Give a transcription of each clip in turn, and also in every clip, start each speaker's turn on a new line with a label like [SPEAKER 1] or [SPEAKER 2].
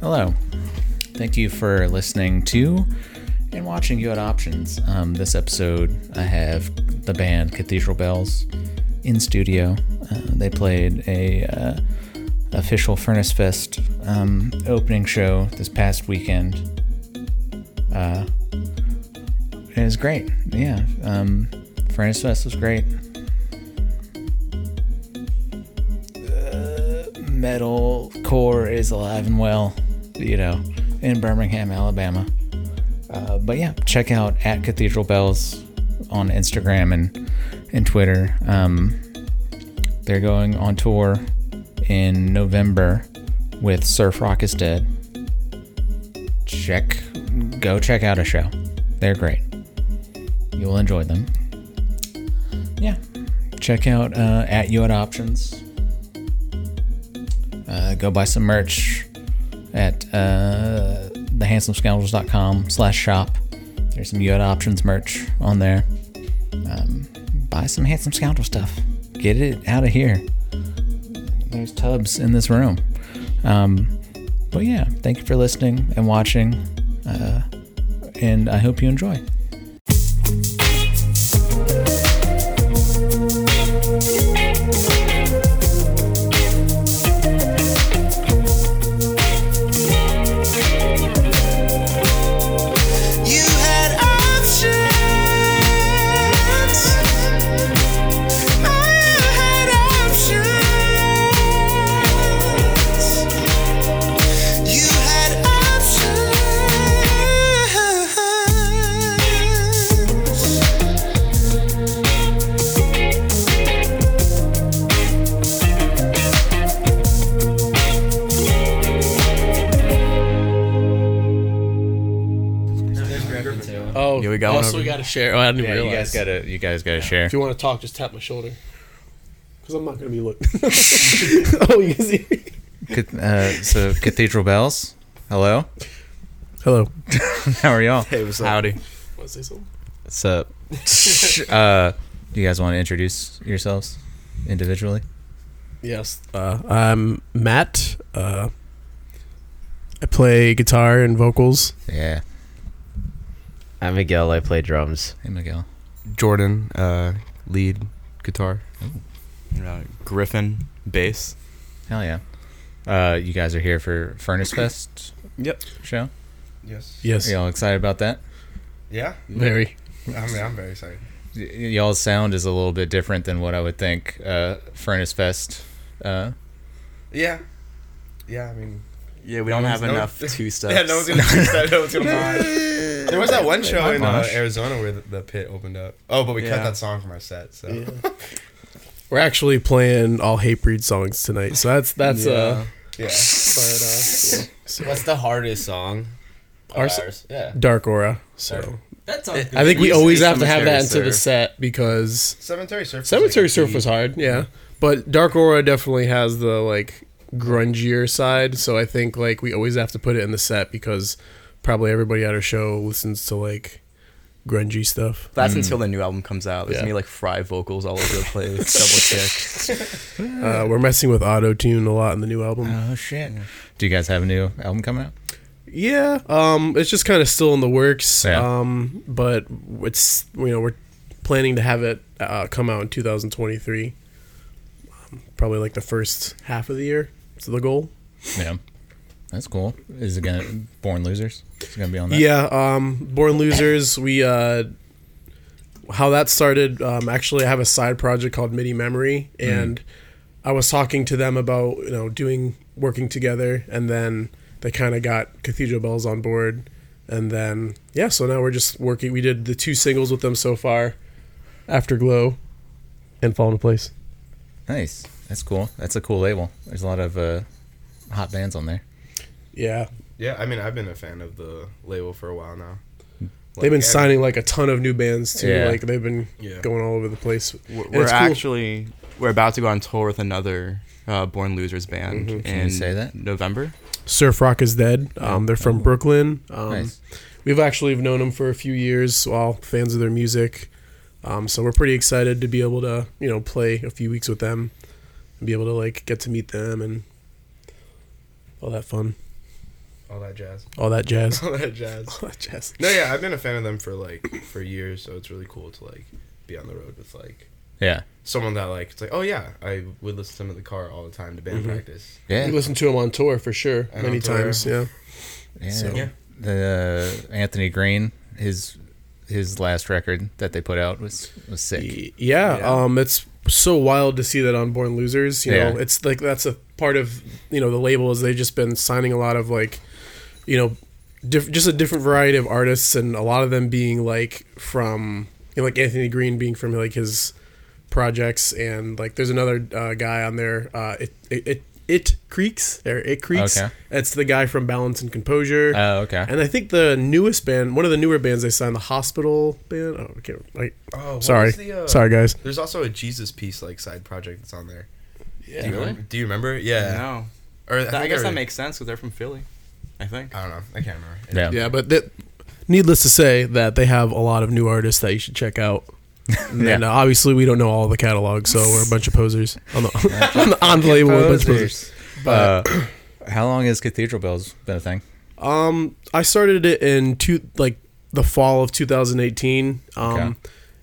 [SPEAKER 1] Hello. Thank you for listening to and watching You at Options. Um, this episode, I have the band Cathedral Bells in studio. Uh, they played a uh, official Furnace Fest um, opening show this past weekend. Uh, it was great. Yeah, um, Furnace Fest was great. metal core is alive and well, you know, in Birmingham, Alabama. Uh, but yeah, check out at Cathedral Bells on Instagram and and Twitter. Um, they're going on tour in November with Surf Rock is Dead. Check, go check out a show. They're great. You'll enjoy them. Yeah, check out uh, at You at Options uh, go buy some merch at uh, thehandsomescoundrels.com slash shop there's some UAD options merch on there um, buy some handsome scoundrel stuff get it out of here there's tubs in this room um, but yeah thank you for listening and watching uh, and i hope you enjoy
[SPEAKER 2] You had options. I had options. You had options.
[SPEAKER 3] Oh,
[SPEAKER 4] Yeah, we got one
[SPEAKER 3] also
[SPEAKER 4] over
[SPEAKER 3] we
[SPEAKER 4] here.
[SPEAKER 3] got to share. Oh, I didn't realize.
[SPEAKER 1] gotta you guys gotta share
[SPEAKER 3] if you want to talk, just tap my shoulder. Because I'm not going to be looking. oh, you can see. me.
[SPEAKER 1] uh, so cathedral bells hello
[SPEAKER 4] Hello.
[SPEAKER 1] how are y'all
[SPEAKER 4] Hey, what's up? Howdy.
[SPEAKER 3] Want to say something?
[SPEAKER 1] What's up? uh, do you guys want to introduce yourselves individually?
[SPEAKER 3] Yes.
[SPEAKER 4] Uh, I'm Matt. Uh, I play guitar and vocals.
[SPEAKER 1] Yeah.
[SPEAKER 5] I'm Miguel. I play drums.
[SPEAKER 1] Hey, Miguel.
[SPEAKER 6] Jordan, uh, lead guitar.
[SPEAKER 7] Uh, Griffin bass.
[SPEAKER 1] Hell yeah. Uh, you guys are here for Furnace Fest.
[SPEAKER 6] Yep.
[SPEAKER 1] Show.
[SPEAKER 6] Yes.
[SPEAKER 4] Yes.
[SPEAKER 1] Are y'all excited about that?
[SPEAKER 6] Yeah.
[SPEAKER 4] Very.
[SPEAKER 6] I mean, I'm very excited.
[SPEAKER 1] Y- y'all's sound is a little bit different than what I would think. Uh, Furnace Fest. Uh,
[SPEAKER 6] Yeah. Yeah. I mean,
[SPEAKER 7] Yeah, we don't
[SPEAKER 6] No
[SPEAKER 7] have
[SPEAKER 6] one's- no-
[SPEAKER 7] enough two steps.
[SPEAKER 6] yeah. No one's gonna do that. No one's gonna mind. There was that one show in uh,
[SPEAKER 1] Mosh.
[SPEAKER 6] Arizona where the, the pit opened up. Oh, but we cut
[SPEAKER 7] Yeah.
[SPEAKER 6] that song from our set. So
[SPEAKER 4] We're actually playing all Hatebreed songs tonight, so that's that's uh,
[SPEAKER 6] yeah. uh,
[SPEAKER 4] but,
[SPEAKER 5] What's the hardest song?
[SPEAKER 4] uh, our s-
[SPEAKER 5] Yeah.
[SPEAKER 4] Dark Aura. So
[SPEAKER 5] That's
[SPEAKER 4] I think we always have to have
[SPEAKER 7] Cemetery
[SPEAKER 4] that into the
[SPEAKER 7] Surf.
[SPEAKER 4] set because
[SPEAKER 6] Cemetery Surf. was,
[SPEAKER 4] Cemetery
[SPEAKER 6] like,
[SPEAKER 4] Surf
[SPEAKER 6] the-
[SPEAKER 4] was hard. Yeah, but Dark Aura definitely has the like grungier side. So I think like we always have to put it in the set because probably everybody at our show listens to like grungy stuff.
[SPEAKER 7] That's until the new album comes out. There's
[SPEAKER 4] Yeah.
[SPEAKER 7] gonna be like fry vocals all over the place. Double check.
[SPEAKER 4] Uh, we're messing with auto tune a lot in the new album.
[SPEAKER 1] oh shit. Do you guys have a new album coming out?
[SPEAKER 4] yeah, um, it's just kind of still in the works.
[SPEAKER 1] Yeah.
[SPEAKER 4] Um, but it's you know we're planning to have it uh, come out in 2023, um, probably like the first half of the year. Is the goal?
[SPEAKER 1] Yeah. That's cool. Is it gonna Born Losers? It's gonna be on that.
[SPEAKER 4] Yeah. Um, Born Losers. We uh, how that started. Um, actually, I have a side project called MIDI Memory, and I was talking to them about you know doing working together, and then they kind of got Cathedral Bells on board, and then yeah, so now we're just working. We did the two singles with them so far, Afterglow, and Fall into Place.
[SPEAKER 1] Nice. That's cool. That's a cool label. There's a lot of uh, hot bands on there.
[SPEAKER 4] Yeah,
[SPEAKER 6] Yeah. I mean, I've been a fan of the label for a while now.
[SPEAKER 4] they've been
[SPEAKER 6] Like,
[SPEAKER 4] signing like a ton of new bands too.
[SPEAKER 1] Yeah.
[SPEAKER 4] Like they've been
[SPEAKER 6] Yeah.
[SPEAKER 4] going all over the place.
[SPEAKER 7] We're,
[SPEAKER 4] And
[SPEAKER 7] we're
[SPEAKER 4] it's cool.
[SPEAKER 7] actually we're about to go on tour with another uh, Born Losers band in
[SPEAKER 1] Can you say that?
[SPEAKER 7] November.
[SPEAKER 4] Surf Rock is dead. Um, they're from Brooklyn. Um,
[SPEAKER 1] Nice.
[SPEAKER 4] We've actually known them for a few years. So all fans of their music. Um, so we're pretty excited to be able to you know play a few weeks with them, and be able to like get to meet them and all that fun.
[SPEAKER 6] all that jazz.
[SPEAKER 4] all that jazz.
[SPEAKER 6] All that jazz.
[SPEAKER 4] all that jazz.
[SPEAKER 6] No, yeah, I've been a fan of them for like for years, so it's really cool to like be on the road with like
[SPEAKER 1] Yeah.
[SPEAKER 6] someone that like it's like oh yeah, I would listen to them in the car all the time to band practice.
[SPEAKER 1] Yeah.
[SPEAKER 4] You listen to him on tour for sure,
[SPEAKER 6] And
[SPEAKER 4] many
[SPEAKER 6] on tour.
[SPEAKER 4] times. Yeah.
[SPEAKER 1] Yeah.
[SPEAKER 4] So-
[SPEAKER 6] Yeah.
[SPEAKER 1] The uh, Anthony Green, his his last record that they put out was was sick.
[SPEAKER 4] Y- Yeah,
[SPEAKER 6] Yeah.
[SPEAKER 4] Um, it's so wild to see that on Born Losers. You know,
[SPEAKER 1] Yeah.
[SPEAKER 4] it's like that's a part of you know the label is they've just been signing a lot of like, you know, diff- just a different variety of artists, and a lot of them being like from you know, like Anthony Green being from like his projects, and like there's another uh, guy on there. Uh, it it. it it creaks or it creaks.
[SPEAKER 1] Okay.
[SPEAKER 4] That's the guy from Balance and Composure.
[SPEAKER 1] Oh, okay.
[SPEAKER 4] And I think the newest band, one of the newer bands they signed, the Hospital band. Oh, I can't. I,
[SPEAKER 6] Oh, what
[SPEAKER 4] sorry,
[SPEAKER 6] was the, uh,
[SPEAKER 4] sorry guys.
[SPEAKER 6] There's also a Jesus piece like side project that's on there.
[SPEAKER 7] Yeah.
[SPEAKER 6] Do you, remember- do you remember? Yeah.
[SPEAKER 7] No.
[SPEAKER 6] Or I,
[SPEAKER 7] That-
[SPEAKER 6] think
[SPEAKER 7] I guess that
[SPEAKER 6] re-
[SPEAKER 7] makes sense because they're from Philly. I think.
[SPEAKER 6] I don't know. I can't remember.
[SPEAKER 1] Yeah.
[SPEAKER 4] Yeah, but that, needless to say that they have a lot of new artists that you should check out. And then, uh, obviously we don't know all the catalog, so we're a bunch of posers on the on the, on the label. We're a bunch of posers.
[SPEAKER 1] Uh, how long has Cathedral Bells been a thing?
[SPEAKER 4] Um, I started it in two like the fall of 2018. Um,
[SPEAKER 1] Okay.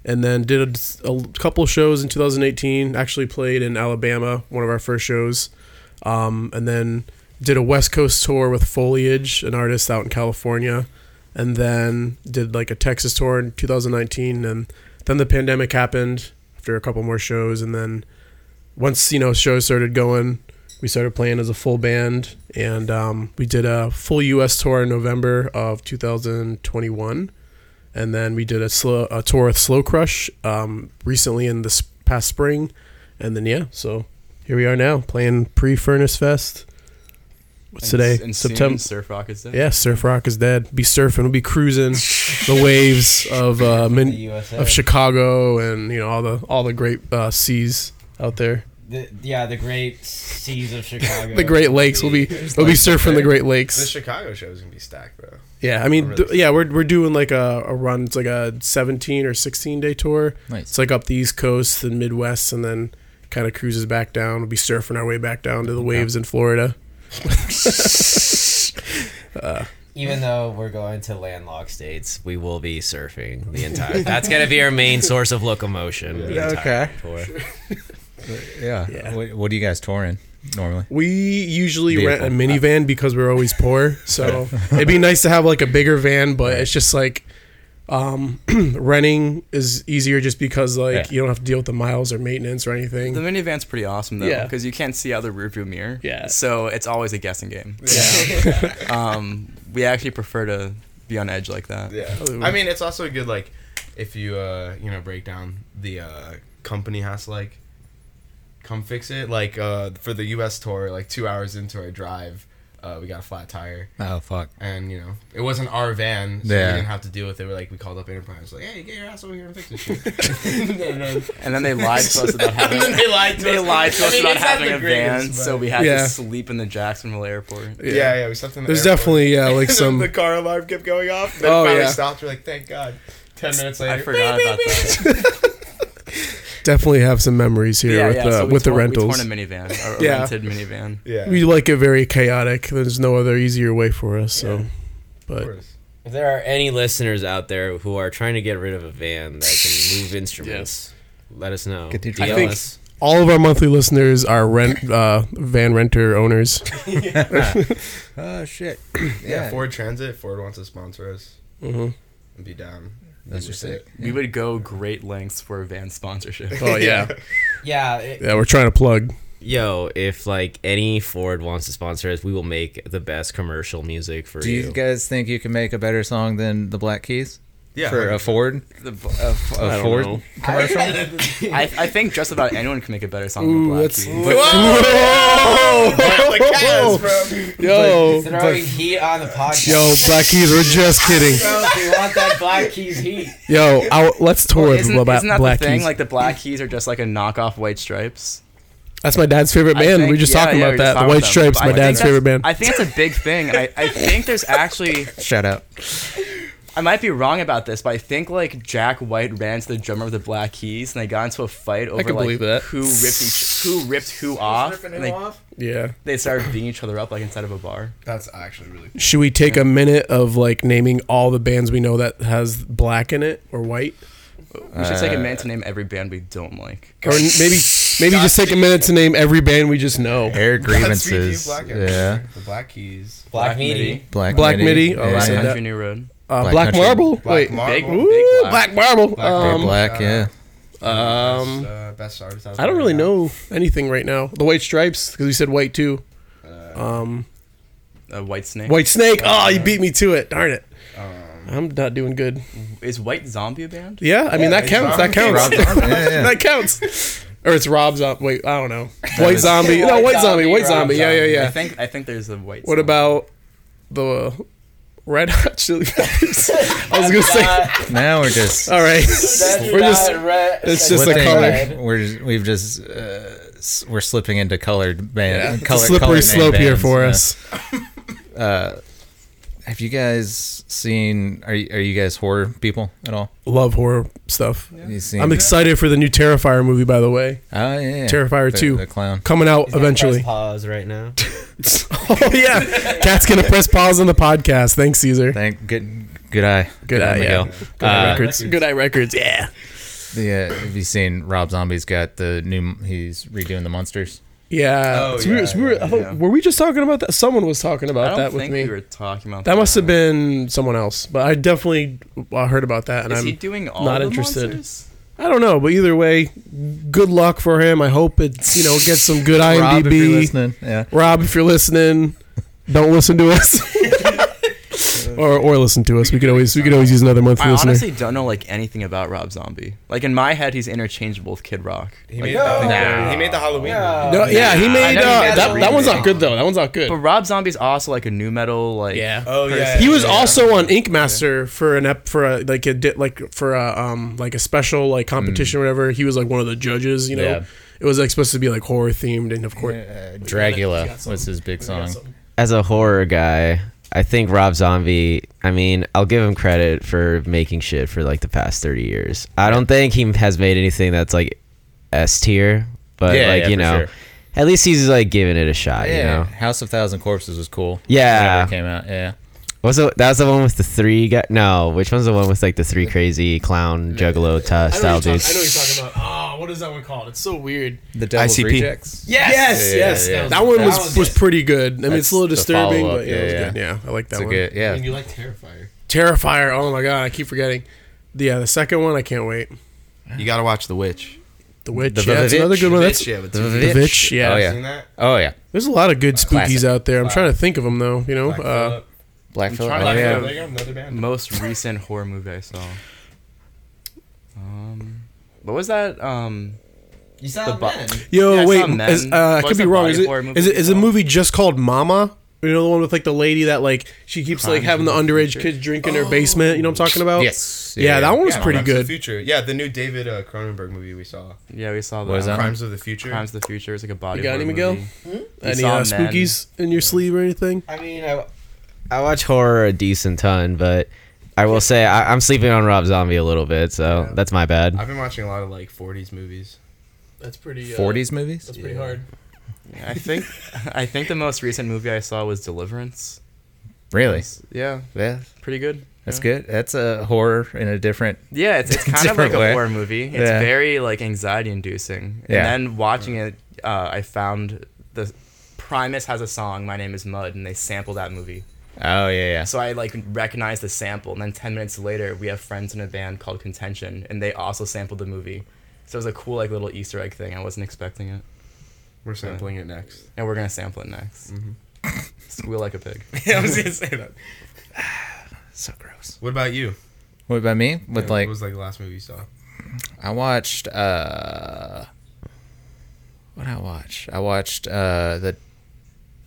[SPEAKER 4] and then did a, a couple shows in 2018. Actually played in Alabama, one of our first shows. Um, and then did a West Coast tour with Foliage, an artist out in California. And then did like a Texas tour in 2019. And then the pandemic happened after a couple more shows. And then once you know shows started going, we started playing as a full band, and um, we did a full U.S. tour in November of 2021, and then we did a, slow, a tour with Slow Crush um, recently in this past spring, and then yeah, so here we are now playing pre Furnace Fest. What's today?
[SPEAKER 7] And
[SPEAKER 4] September.
[SPEAKER 7] September Surf Rock is there.
[SPEAKER 4] Yeah, surf rock is dead. Be surfing. We'll be cruising the waves of uh,
[SPEAKER 5] The
[SPEAKER 4] Min-
[SPEAKER 5] USA.
[SPEAKER 4] of Chicago and you know all the all the great uh, seas out there.
[SPEAKER 5] The- yeah, the great seas of Chicago.
[SPEAKER 4] the Great Lakes. We'll be we'll be surfing the Great
[SPEAKER 6] The
[SPEAKER 4] Lakes.
[SPEAKER 6] Chicago show is gonna be stacked though.
[SPEAKER 4] Yeah, I mean,
[SPEAKER 6] I'm
[SPEAKER 4] th-
[SPEAKER 6] really-
[SPEAKER 4] yeah, we're we're doing like a, a run. It's like a seventeen or sixteen day tour.
[SPEAKER 1] Nice.
[SPEAKER 4] It's like up the East Coast and Midwest, and then kind of cruises back down. We'll be surfing our way back down to the waves in Florida.
[SPEAKER 5] Even though we're going to landlocked states, we will be surfing the entire. That's gonna be our main source of locomotion. the
[SPEAKER 4] Yeah,
[SPEAKER 5] entire tour.
[SPEAKER 1] Yeah. What, what do you guys tour in normally?
[SPEAKER 4] We usually
[SPEAKER 1] Vehicle.
[SPEAKER 4] rent a minivan because we're always poor. So it'd be nice to have like a bigger van, but it's just like um, renting is easier just because like
[SPEAKER 1] Yeah.
[SPEAKER 4] you don't have to deal with the miles or maintenance or anything.
[SPEAKER 7] The minivan's pretty awesome though
[SPEAKER 4] Yeah.
[SPEAKER 7] because you can't see out the rearview mirror.
[SPEAKER 4] Yeah.
[SPEAKER 7] So it's always a guessing game. um, we actually prefer to be on edge like that.
[SPEAKER 6] Yeah. I mean, it's also good like if you uh you know break down the uh company has to like come fix it like uh for the U.S. tour like two hours into our drive. Uh, we got a flat tire,
[SPEAKER 1] Oh fuck.
[SPEAKER 6] and you know it wasn't our van, so
[SPEAKER 1] Yeah.
[SPEAKER 6] we didn't have to deal with it. We're like, we called up Enterprise, like, "Hey, get your ass over here and fix this shit." and then,
[SPEAKER 7] And then they lied to us about having.
[SPEAKER 6] they lied to
[SPEAKER 7] They
[SPEAKER 6] us.
[SPEAKER 7] lied to
[SPEAKER 6] I
[SPEAKER 7] us
[SPEAKER 6] mean,
[SPEAKER 7] about
[SPEAKER 6] it's not
[SPEAKER 7] having
[SPEAKER 6] the
[SPEAKER 7] a
[SPEAKER 6] greatest,
[SPEAKER 7] van,
[SPEAKER 6] but-
[SPEAKER 7] so we had
[SPEAKER 4] Yeah.
[SPEAKER 7] to sleep in the Jacksonville airport.
[SPEAKER 6] yeah, yeah, we slept in the
[SPEAKER 4] There's
[SPEAKER 6] airport.
[SPEAKER 4] definitely yeah like
[SPEAKER 6] And then
[SPEAKER 4] some
[SPEAKER 6] the car alarm kept going off. Then
[SPEAKER 4] Oh,
[SPEAKER 6] finally
[SPEAKER 4] yeah.
[SPEAKER 6] stopped. We're like, thank God. Ten minutes later,
[SPEAKER 7] I forgot about that.
[SPEAKER 4] definitely have some memories here with the
[SPEAKER 7] so we
[SPEAKER 4] with the
[SPEAKER 7] tore-
[SPEAKER 4] rentals.
[SPEAKER 7] We torn a minivan, a
[SPEAKER 4] Yeah.
[SPEAKER 7] rented minivan.
[SPEAKER 6] Yeah.
[SPEAKER 4] We like it very chaotic. There's no other easier way for us. So,
[SPEAKER 6] Of
[SPEAKER 4] but
[SPEAKER 6] course.
[SPEAKER 5] If there are any listeners out there who are trying to get rid of a van that can move instruments, let us know.
[SPEAKER 1] Get the-
[SPEAKER 5] DL
[SPEAKER 1] I think-
[SPEAKER 5] us.
[SPEAKER 4] all of our monthly listeners are rent uh, van renter owners.
[SPEAKER 1] Oh shit.
[SPEAKER 6] Yeah, Ford Transit. Ford wants to sponsor us.
[SPEAKER 4] Mhm.
[SPEAKER 6] And be down.
[SPEAKER 1] Those are sick.
[SPEAKER 7] We would go great lengths for van sponsorship.
[SPEAKER 4] Oh yeah,
[SPEAKER 5] Yeah. it-
[SPEAKER 4] yeah. We're trying to plug.
[SPEAKER 5] yo, if like any Ford wants to sponsor us, we will make the best commercial music for
[SPEAKER 1] Do
[SPEAKER 5] you.
[SPEAKER 1] you guys think you can make a better song than the Black Keys?
[SPEAKER 6] Yeah,
[SPEAKER 1] For a Ford,
[SPEAKER 7] The b- uh,
[SPEAKER 1] a Ford commercial.
[SPEAKER 7] I, I think just about anyone can make a better song than
[SPEAKER 4] Ooh,
[SPEAKER 7] Black
[SPEAKER 4] that's
[SPEAKER 7] Keys.
[SPEAKER 6] like, guys, bro.
[SPEAKER 4] yo,
[SPEAKER 5] Throwing heat on the podcast.
[SPEAKER 4] yo, Black Keys. We're just kidding.
[SPEAKER 5] we want that Black Keys heat.
[SPEAKER 4] Yo, I, let's tour with
[SPEAKER 7] Isn't,
[SPEAKER 4] Bla- Bla-
[SPEAKER 7] isn't that
[SPEAKER 4] Black
[SPEAKER 7] the thing?
[SPEAKER 4] Keys.
[SPEAKER 7] Like the Black Keys are just like a knockoff White Stripes.
[SPEAKER 4] That's my dad's favorite
[SPEAKER 7] I
[SPEAKER 4] band. we
[SPEAKER 7] think-
[SPEAKER 4] were just
[SPEAKER 7] yeah,
[SPEAKER 4] talking
[SPEAKER 7] yeah, we
[SPEAKER 4] about
[SPEAKER 7] were
[SPEAKER 4] that.
[SPEAKER 7] just
[SPEAKER 4] The
[SPEAKER 7] talking
[SPEAKER 4] White
[SPEAKER 7] about them.
[SPEAKER 4] Stripes,
[SPEAKER 7] But I
[SPEAKER 4] my
[SPEAKER 7] think
[SPEAKER 4] dad's
[SPEAKER 7] that's-
[SPEAKER 4] favorite band.
[SPEAKER 7] I think it's a big thing. and I, I think there's actually
[SPEAKER 1] Shout out.
[SPEAKER 7] I might be wrong about this, but I think like Jack White ran to the drummer of the Black Keys, and they got into a fight over
[SPEAKER 4] can
[SPEAKER 7] like
[SPEAKER 4] believe that.
[SPEAKER 7] who ripped each who ripped who off, and they,
[SPEAKER 4] Yeah.
[SPEAKER 7] they started beating each other up like inside of a bar.
[SPEAKER 6] That's actually really cool.
[SPEAKER 4] Should we take a minute of like naming all the bands we know that has black in it or white?
[SPEAKER 7] We should take a
[SPEAKER 5] Uh,
[SPEAKER 7] minute to name every band we don't like.
[SPEAKER 4] Or maybe maybe just take a minute to name every band we just know.
[SPEAKER 1] Air grievances.
[SPEAKER 6] That's VP Black
[SPEAKER 1] yeah.
[SPEAKER 6] The Black Keys.
[SPEAKER 5] Black Meaty.
[SPEAKER 1] Black,
[SPEAKER 4] Black Midi. Oh,
[SPEAKER 1] yeah.
[SPEAKER 4] I
[SPEAKER 7] Black
[SPEAKER 4] said that.
[SPEAKER 7] Country New Road.
[SPEAKER 4] Uh,
[SPEAKER 1] Black
[SPEAKER 4] Black,
[SPEAKER 1] Country.
[SPEAKER 4] Marble.
[SPEAKER 6] Black
[SPEAKER 4] Wait.
[SPEAKER 6] Marble.
[SPEAKER 7] Big-
[SPEAKER 4] Ooh,
[SPEAKER 7] Big
[SPEAKER 4] Black
[SPEAKER 7] Black.
[SPEAKER 4] Marble.
[SPEAKER 6] Black
[SPEAKER 1] Very
[SPEAKER 4] um,
[SPEAKER 1] black, yeah.
[SPEAKER 4] um,
[SPEAKER 6] best, uh, best artist out
[SPEAKER 4] I don't
[SPEAKER 6] there
[SPEAKER 4] really
[SPEAKER 6] now.
[SPEAKER 4] know anything right now. The White Stripes, because you said white too. Um,
[SPEAKER 7] Uh, White Snake.
[SPEAKER 4] white Snake. Oh, you beat me to it. Darn it.
[SPEAKER 1] Um,
[SPEAKER 4] I'm not doing good.
[SPEAKER 7] Is White Zombie a band?
[SPEAKER 4] Yeah, I mean that counts. That counts.
[SPEAKER 1] Rob Zombie. Yeah, yeah.
[SPEAKER 4] that counts. Or it's Rob Zombie. Wait, I don't know. White
[SPEAKER 1] is-
[SPEAKER 4] Zombie. No, White Zombie. White Zombie. Yeah, yeah,
[SPEAKER 7] I
[SPEAKER 4] yeah.
[SPEAKER 7] think I think there's a White.
[SPEAKER 4] What
[SPEAKER 7] Zombie.
[SPEAKER 4] about the uh, Red Hot Chili Peppers? I was gonna say.
[SPEAKER 1] Now we're just.
[SPEAKER 4] All right, we're just. It's just
[SPEAKER 1] What
[SPEAKER 4] a
[SPEAKER 1] they-
[SPEAKER 4] color.
[SPEAKER 1] We're just, we've just uh, s- we're slipping into colored band.
[SPEAKER 4] It's a
[SPEAKER 1] color-
[SPEAKER 4] slippery
[SPEAKER 1] colored name
[SPEAKER 4] slope here
[SPEAKER 1] bands,
[SPEAKER 4] for
[SPEAKER 1] yeah.
[SPEAKER 4] us.
[SPEAKER 1] Uh, Have you guys seen? Are you, are you guys horror people at all?
[SPEAKER 4] Love horror stuff.
[SPEAKER 1] You seen?
[SPEAKER 4] I'm excited for the new Terrifier movie, by the way.
[SPEAKER 1] oh yeah, yeah.
[SPEAKER 4] Terrifier
[SPEAKER 1] The-
[SPEAKER 4] 2.
[SPEAKER 1] The clown.
[SPEAKER 4] Coming out eventually.
[SPEAKER 5] Pause right now.
[SPEAKER 4] oh yeah, Cat's gonna press pause on the podcast. Thanks, Caesar.
[SPEAKER 1] Thank good good eye.
[SPEAKER 4] Good eye,
[SPEAKER 1] Miguel.
[SPEAKER 4] yeah. Good Eye
[SPEAKER 1] Uh,
[SPEAKER 4] Records. Good Eye Records. Yeah.
[SPEAKER 1] The, uh, have you seen Rob Zombie's got the new? He's redoing the monsters.
[SPEAKER 4] Yeah.
[SPEAKER 6] Oh,
[SPEAKER 4] So we were-
[SPEAKER 6] yeah,
[SPEAKER 4] so we were, I thought-
[SPEAKER 7] yeah.
[SPEAKER 4] were we just talking about that? Someone was talking
[SPEAKER 7] I
[SPEAKER 4] about
[SPEAKER 7] don't
[SPEAKER 4] that with
[SPEAKER 7] think
[SPEAKER 4] me.
[SPEAKER 7] we were talking about
[SPEAKER 4] that must have been someone else, but I definitely uh, heard about that, and
[SPEAKER 7] Is
[SPEAKER 4] I'm
[SPEAKER 7] he doing all
[SPEAKER 4] not
[SPEAKER 7] the
[SPEAKER 4] interested.
[SPEAKER 7] monsters?
[SPEAKER 4] I don't know, but either way, good luck for him. I hope it's you know gets some good IMDb.
[SPEAKER 1] Rob, if you're listening, yeah.
[SPEAKER 4] Rob, if you're listening, don't listen to us. or or listen to us. We could always we could always use another monthly
[SPEAKER 7] I
[SPEAKER 4] listener.
[SPEAKER 7] honestly don't know like anything about Rob Zombie. Like in my head, he's interchangeable with Kid Rock.
[SPEAKER 6] He made, I think
[SPEAKER 1] No.
[SPEAKER 6] he made the Halloween.
[SPEAKER 4] No,
[SPEAKER 1] Oh,
[SPEAKER 4] yeah, he made
[SPEAKER 7] know
[SPEAKER 4] uh,
[SPEAKER 7] he made
[SPEAKER 4] that.
[SPEAKER 7] the
[SPEAKER 4] That one's not
[SPEAKER 7] remake.
[SPEAKER 4] good though. That one's not good.
[SPEAKER 7] But Rob Zombie's also like a new metal like
[SPEAKER 4] Yeah.
[SPEAKER 6] Oh yeah.
[SPEAKER 4] He was
[SPEAKER 6] yeah.
[SPEAKER 4] also on Ink Master for an ep for a, like a di- like for a um like a special like competition or whatever. He was like one of the judges. You
[SPEAKER 1] Hmm.
[SPEAKER 4] know,
[SPEAKER 1] Yeah.
[SPEAKER 4] it was like supposed to be like horror themed, and of course,
[SPEAKER 1] Uh, Dragula was his big song.
[SPEAKER 5] As a horror guy, I think Rob Zombie. I mean, I'll give him credit for making shit for like the past thirty years. I don't think he has made anything that's like S tier, but
[SPEAKER 1] Yeah,
[SPEAKER 5] like
[SPEAKER 1] yeah,
[SPEAKER 5] you
[SPEAKER 1] for
[SPEAKER 5] know,
[SPEAKER 1] sure.
[SPEAKER 5] at least he's like giving it a shot. You know,
[SPEAKER 1] House of Thousand Corpses was cool.
[SPEAKER 5] Yeah.
[SPEAKER 1] Whenever it came out. Yeah,
[SPEAKER 5] What's the, that was the one with the three guy? No, which one's the one with like the three crazy clown juggalo ta-
[SPEAKER 4] I know,
[SPEAKER 5] style
[SPEAKER 4] what you're talk- I know
[SPEAKER 5] dudes?
[SPEAKER 4] what you're talking about. Oh, what is that one called? It's so weird.
[SPEAKER 1] the Devil's
[SPEAKER 7] ICP.
[SPEAKER 1] Rejects.
[SPEAKER 4] Yes,
[SPEAKER 1] Yeah, yes, yeah, yeah.
[SPEAKER 4] That one
[SPEAKER 1] That
[SPEAKER 4] was
[SPEAKER 1] was
[SPEAKER 4] was, pretty good. I mean, it's a little
[SPEAKER 1] That's the
[SPEAKER 4] disturbing,
[SPEAKER 1] follow-up,
[SPEAKER 4] but yeah, it was
[SPEAKER 1] yeah,
[SPEAKER 4] good. yeah, I like that
[SPEAKER 1] It's a
[SPEAKER 4] one.
[SPEAKER 1] good. Yeah,
[SPEAKER 6] you like Terrifier.
[SPEAKER 4] Terrifier. Oh my god, I keep forgetting. Yeah, the second one I can't wait.
[SPEAKER 6] You gotta watch The Witch.
[SPEAKER 4] The Witch.
[SPEAKER 1] The
[SPEAKER 4] yeah, that's
[SPEAKER 1] Vivitch.
[SPEAKER 4] another good one. That's,
[SPEAKER 6] yeah, with
[SPEAKER 1] The
[SPEAKER 6] two
[SPEAKER 1] Vivitch.
[SPEAKER 6] V's.
[SPEAKER 4] The Vitch, yeah.
[SPEAKER 1] Oh
[SPEAKER 6] Seen
[SPEAKER 1] yeah.
[SPEAKER 6] that?
[SPEAKER 1] Oh yeah.
[SPEAKER 4] There's a lot of good
[SPEAKER 1] Classic. Uh,
[SPEAKER 4] spookies out there. I'm trying to think of them though. You know,
[SPEAKER 6] Black
[SPEAKER 4] uh,
[SPEAKER 6] Phillip.
[SPEAKER 1] Black Phillip.
[SPEAKER 6] Black
[SPEAKER 1] Oh
[SPEAKER 6] Phillip,
[SPEAKER 1] yeah.
[SPEAKER 6] there you go, another band.
[SPEAKER 7] most recent horror movie I saw. Um, what was that? Um,
[SPEAKER 5] You
[SPEAKER 7] the bu-
[SPEAKER 4] yo,
[SPEAKER 7] Yeah, I
[SPEAKER 4] wait,
[SPEAKER 7] saw Men.
[SPEAKER 4] is, uh, I
[SPEAKER 7] What's
[SPEAKER 4] could be
[SPEAKER 7] the
[SPEAKER 4] wrong.
[SPEAKER 7] body
[SPEAKER 4] Is it
[SPEAKER 7] horror movie
[SPEAKER 4] is it is the
[SPEAKER 7] called?
[SPEAKER 4] movie just called Mama? You know the one with like the lady that like she keeps like
[SPEAKER 7] Crimes
[SPEAKER 4] having the
[SPEAKER 7] of the
[SPEAKER 4] underage
[SPEAKER 7] Future.
[SPEAKER 4] kids drink in her basement. You know what I'm talking about?
[SPEAKER 1] Yes.
[SPEAKER 4] Yeah, that one was pretty
[SPEAKER 6] Crimes of the
[SPEAKER 4] good.
[SPEAKER 6] Future. Yeah, the new David uh, Cronenberg movie we saw.
[SPEAKER 7] yeah, we saw that.
[SPEAKER 1] What is that?
[SPEAKER 6] Crimes of the Future.
[SPEAKER 7] Crimes of the Future. It's like a body.
[SPEAKER 4] You got
[SPEAKER 7] horror
[SPEAKER 4] any, Miguel?
[SPEAKER 7] movie. We
[SPEAKER 4] Any
[SPEAKER 7] saw
[SPEAKER 4] uh,
[SPEAKER 7] Men.
[SPEAKER 4] spookies in your sleeve or anything?
[SPEAKER 5] I mean, I, I watch horror a decent ton, but I will say I, I'm sleeping on Rob Zombie a little bit, so that's my bad.
[SPEAKER 6] I've been watching a lot of like 40s movies.
[SPEAKER 4] That's pretty. uh,
[SPEAKER 1] Forties movies.
[SPEAKER 4] That's pretty hard.
[SPEAKER 7] Yeah, I think I think the most recent movie I saw was Deliverance.
[SPEAKER 1] Really?
[SPEAKER 7] Yeah,
[SPEAKER 1] Yeah.
[SPEAKER 7] pretty good.
[SPEAKER 1] That's
[SPEAKER 7] yeah.
[SPEAKER 1] good. That's a horror in a different.
[SPEAKER 7] Yeah, it's, it's kind of
[SPEAKER 1] Different
[SPEAKER 7] like
[SPEAKER 1] way.
[SPEAKER 7] a horror movie. It's
[SPEAKER 1] Yeah.
[SPEAKER 7] very like anxiety inducing.
[SPEAKER 1] Yeah.
[SPEAKER 7] And then watching it, uh, I found the Primus has a song, My Name is Mud, and they sample that movie.
[SPEAKER 1] Oh yeah, yeah.
[SPEAKER 7] So I like recognized the sample, and then ten minutes later, we have friends in a band called Contention, and they also sampled the movie. So it was a cool like little Easter egg thing. I wasn't expecting it,
[SPEAKER 6] We're sampling it next.
[SPEAKER 7] and we're gonna sample it next.
[SPEAKER 1] Mm-hmm.
[SPEAKER 7] Squeal like a pig.
[SPEAKER 6] yeah, I was gonna say that.
[SPEAKER 1] So gross.
[SPEAKER 6] What about you?
[SPEAKER 1] What about me? With like,
[SPEAKER 6] what was like the last movie you saw?
[SPEAKER 1] I watched. uh What I watched? I watched uh the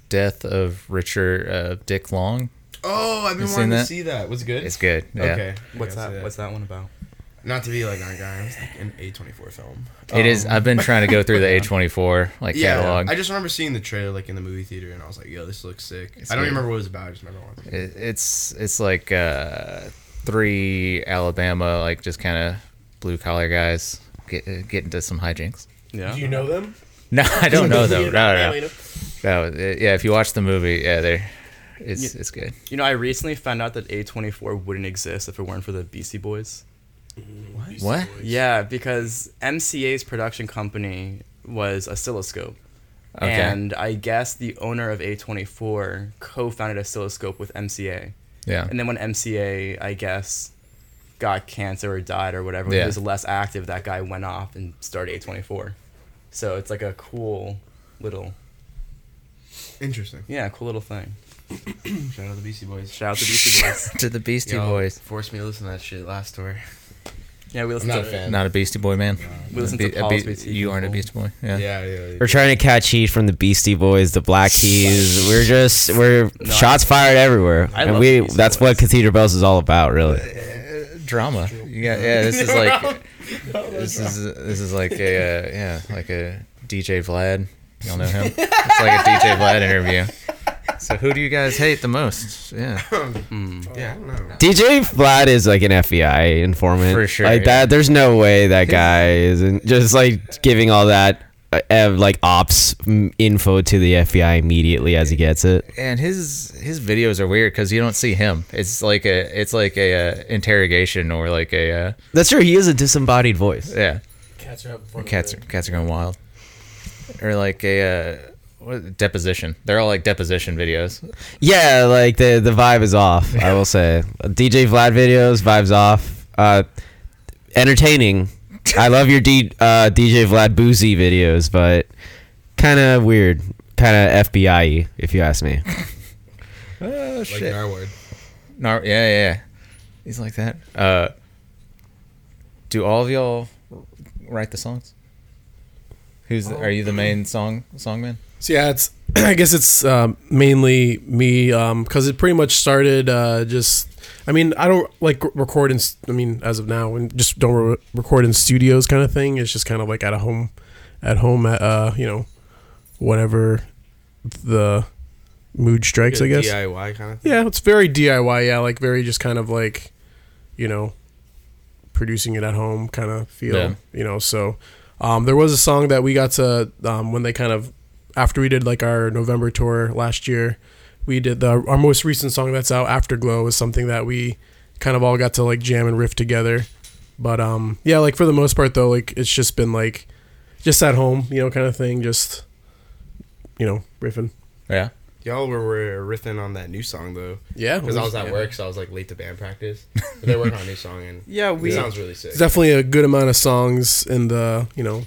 [SPEAKER 1] death of Richard uh, Dick Long.
[SPEAKER 6] Oh, I've been
[SPEAKER 1] You seen
[SPEAKER 6] wanting to
[SPEAKER 1] that?
[SPEAKER 6] see that. Was it good?
[SPEAKER 1] It's good. Yeah.
[SPEAKER 6] Okay.
[SPEAKER 7] What's
[SPEAKER 6] Yeah, I'll
[SPEAKER 7] that?
[SPEAKER 6] see
[SPEAKER 7] What's that one about?
[SPEAKER 6] Not to be like our guy. It was like an A24 film.
[SPEAKER 1] It is. I've been trying to go through the A24 like
[SPEAKER 6] Yeah,
[SPEAKER 1] catalog.
[SPEAKER 6] I just remember seeing the trailer like in the movie theater, and I was like, "Yo, this looks sick." I don't
[SPEAKER 1] good.
[SPEAKER 6] even remember what it was about. I just remember watching.
[SPEAKER 1] It- it's it's like uh three Alabama, like just kind of blue collar guys get uh, get into some hijinks.
[SPEAKER 7] Yeah.
[SPEAKER 4] Do you know them?
[SPEAKER 1] No, I don't know though. No, no, no.
[SPEAKER 4] Elena?
[SPEAKER 1] No, uh, yeah, if you watch the movie, yeah, they're it's it's good.
[SPEAKER 7] You know, I recently found out that A24 wouldn't exist if it weren't for the Beastie Boys.
[SPEAKER 1] What?
[SPEAKER 7] Yeah, because MCA's production company was Oscilloscope.
[SPEAKER 1] Okay.
[SPEAKER 7] And I guess the owner of A24 co founded Oscilloscope with MCA.
[SPEAKER 1] Yeah.
[SPEAKER 7] And then when MCA, I guess, got cancer or died or whatever, when
[SPEAKER 1] Yeah.
[SPEAKER 7] he was less active, that guy went off and started A24. So it's like a cool little,
[SPEAKER 6] Interesting.
[SPEAKER 7] yeah, cool little thing.
[SPEAKER 6] Shout out to the Beastie Boys.
[SPEAKER 7] Shout out to Beastie Boys.
[SPEAKER 1] to the Beastie
[SPEAKER 6] Y'all
[SPEAKER 1] Boys.
[SPEAKER 6] forced me to listen to that shit last tour.
[SPEAKER 7] Yeah, we listened
[SPEAKER 6] not
[SPEAKER 7] to
[SPEAKER 6] a fan.
[SPEAKER 1] Not a Beastie Boy man.
[SPEAKER 7] We listen
[SPEAKER 1] Be-
[SPEAKER 7] to
[SPEAKER 1] a
[SPEAKER 7] Paul's
[SPEAKER 1] Be-
[SPEAKER 7] Boutique
[SPEAKER 1] You
[SPEAKER 7] and
[SPEAKER 1] aren't a
[SPEAKER 7] Paul.
[SPEAKER 1] Beastie Boy. Yeah.
[SPEAKER 6] Yeah, yeah. yeah.
[SPEAKER 5] We're trying to catch heat from the Beastie Boys, the Black Keys. We're just we're shots fired everywhere,
[SPEAKER 7] I
[SPEAKER 5] and
[SPEAKER 7] love
[SPEAKER 5] we
[SPEAKER 7] the Beastie
[SPEAKER 5] that's what
[SPEAKER 7] Boys.
[SPEAKER 5] Cathedral Bells is all about, really.
[SPEAKER 1] Drama. Yeah, yeah. This is like this is this is like a uh, yeah like a DJ Vlad. Y'all know him. It's like a DJ Vlad interview. So who do you guys hate the most? Yeah.
[SPEAKER 6] yeah, I don't know.
[SPEAKER 5] DJ Vlad is like an FBI informant
[SPEAKER 1] For sure,
[SPEAKER 5] Like
[SPEAKER 1] yeah.
[SPEAKER 5] that, there's no way that guy isn't just like giving all that uh, uh, like ops mm, info to the FBI immediately as he gets it.
[SPEAKER 1] and his his videos are weird because you don't see him. It's like a it's like a uh, interrogation or like a uh,
[SPEAKER 5] That's true. He is a disembodied voice.
[SPEAKER 1] yeah
[SPEAKER 4] Cats are having fun.
[SPEAKER 1] cats are, cats are going wild or like a uh, what deposition. They're all like deposition videos.
[SPEAKER 5] Yeah, like the the vibe is off. I will say DJ Vlad videos vibes off. Uh, entertaining. I love your D, uh, DJ Vlad boozy videos, but kind of weird, kind of FBI -y, if you ask me.
[SPEAKER 1] Oh
[SPEAKER 6] Like
[SPEAKER 1] shit!
[SPEAKER 6] Narward.
[SPEAKER 1] Nar- yeah, yeah, yeah. He's like that. Uh, do all of y'all write the songs? Who's the, are you the main song songman?
[SPEAKER 4] So yeah, it's I guess it's um, mainly me because it pretty much started uh, just. I mean, I don't like r- record in. s- I mean, as of now, and just don't re- record in studios kind of thing. It's just kind of like at a home, at home at uh, you know, whatever the mood strikes. I guess.
[SPEAKER 6] DIY kind of thing.
[SPEAKER 4] Yeah, it's very DIY. Yeah, like very just kind of like, you know, producing it at home kind of feel.
[SPEAKER 1] Yeah.
[SPEAKER 4] You know, so um, there was a song that we got to um, when they kind of after we did like our November tour last year, we did the our most recent song that's out, Afterglow, is something that we kind of all got to like jam and riff together. But um, yeah, like for the most part though, like it's just been like just at home, you know, kind of thing, just you know, riffing.
[SPEAKER 1] Yeah.
[SPEAKER 6] Y'all were, were riffing on that new song though,
[SPEAKER 4] Yeah,
[SPEAKER 6] because I was at work, so I was like late to band practice. But they worked on a new song and
[SPEAKER 7] Yeah,
[SPEAKER 6] it sounds really sick.
[SPEAKER 4] It's definitely a good amount of songs in the you know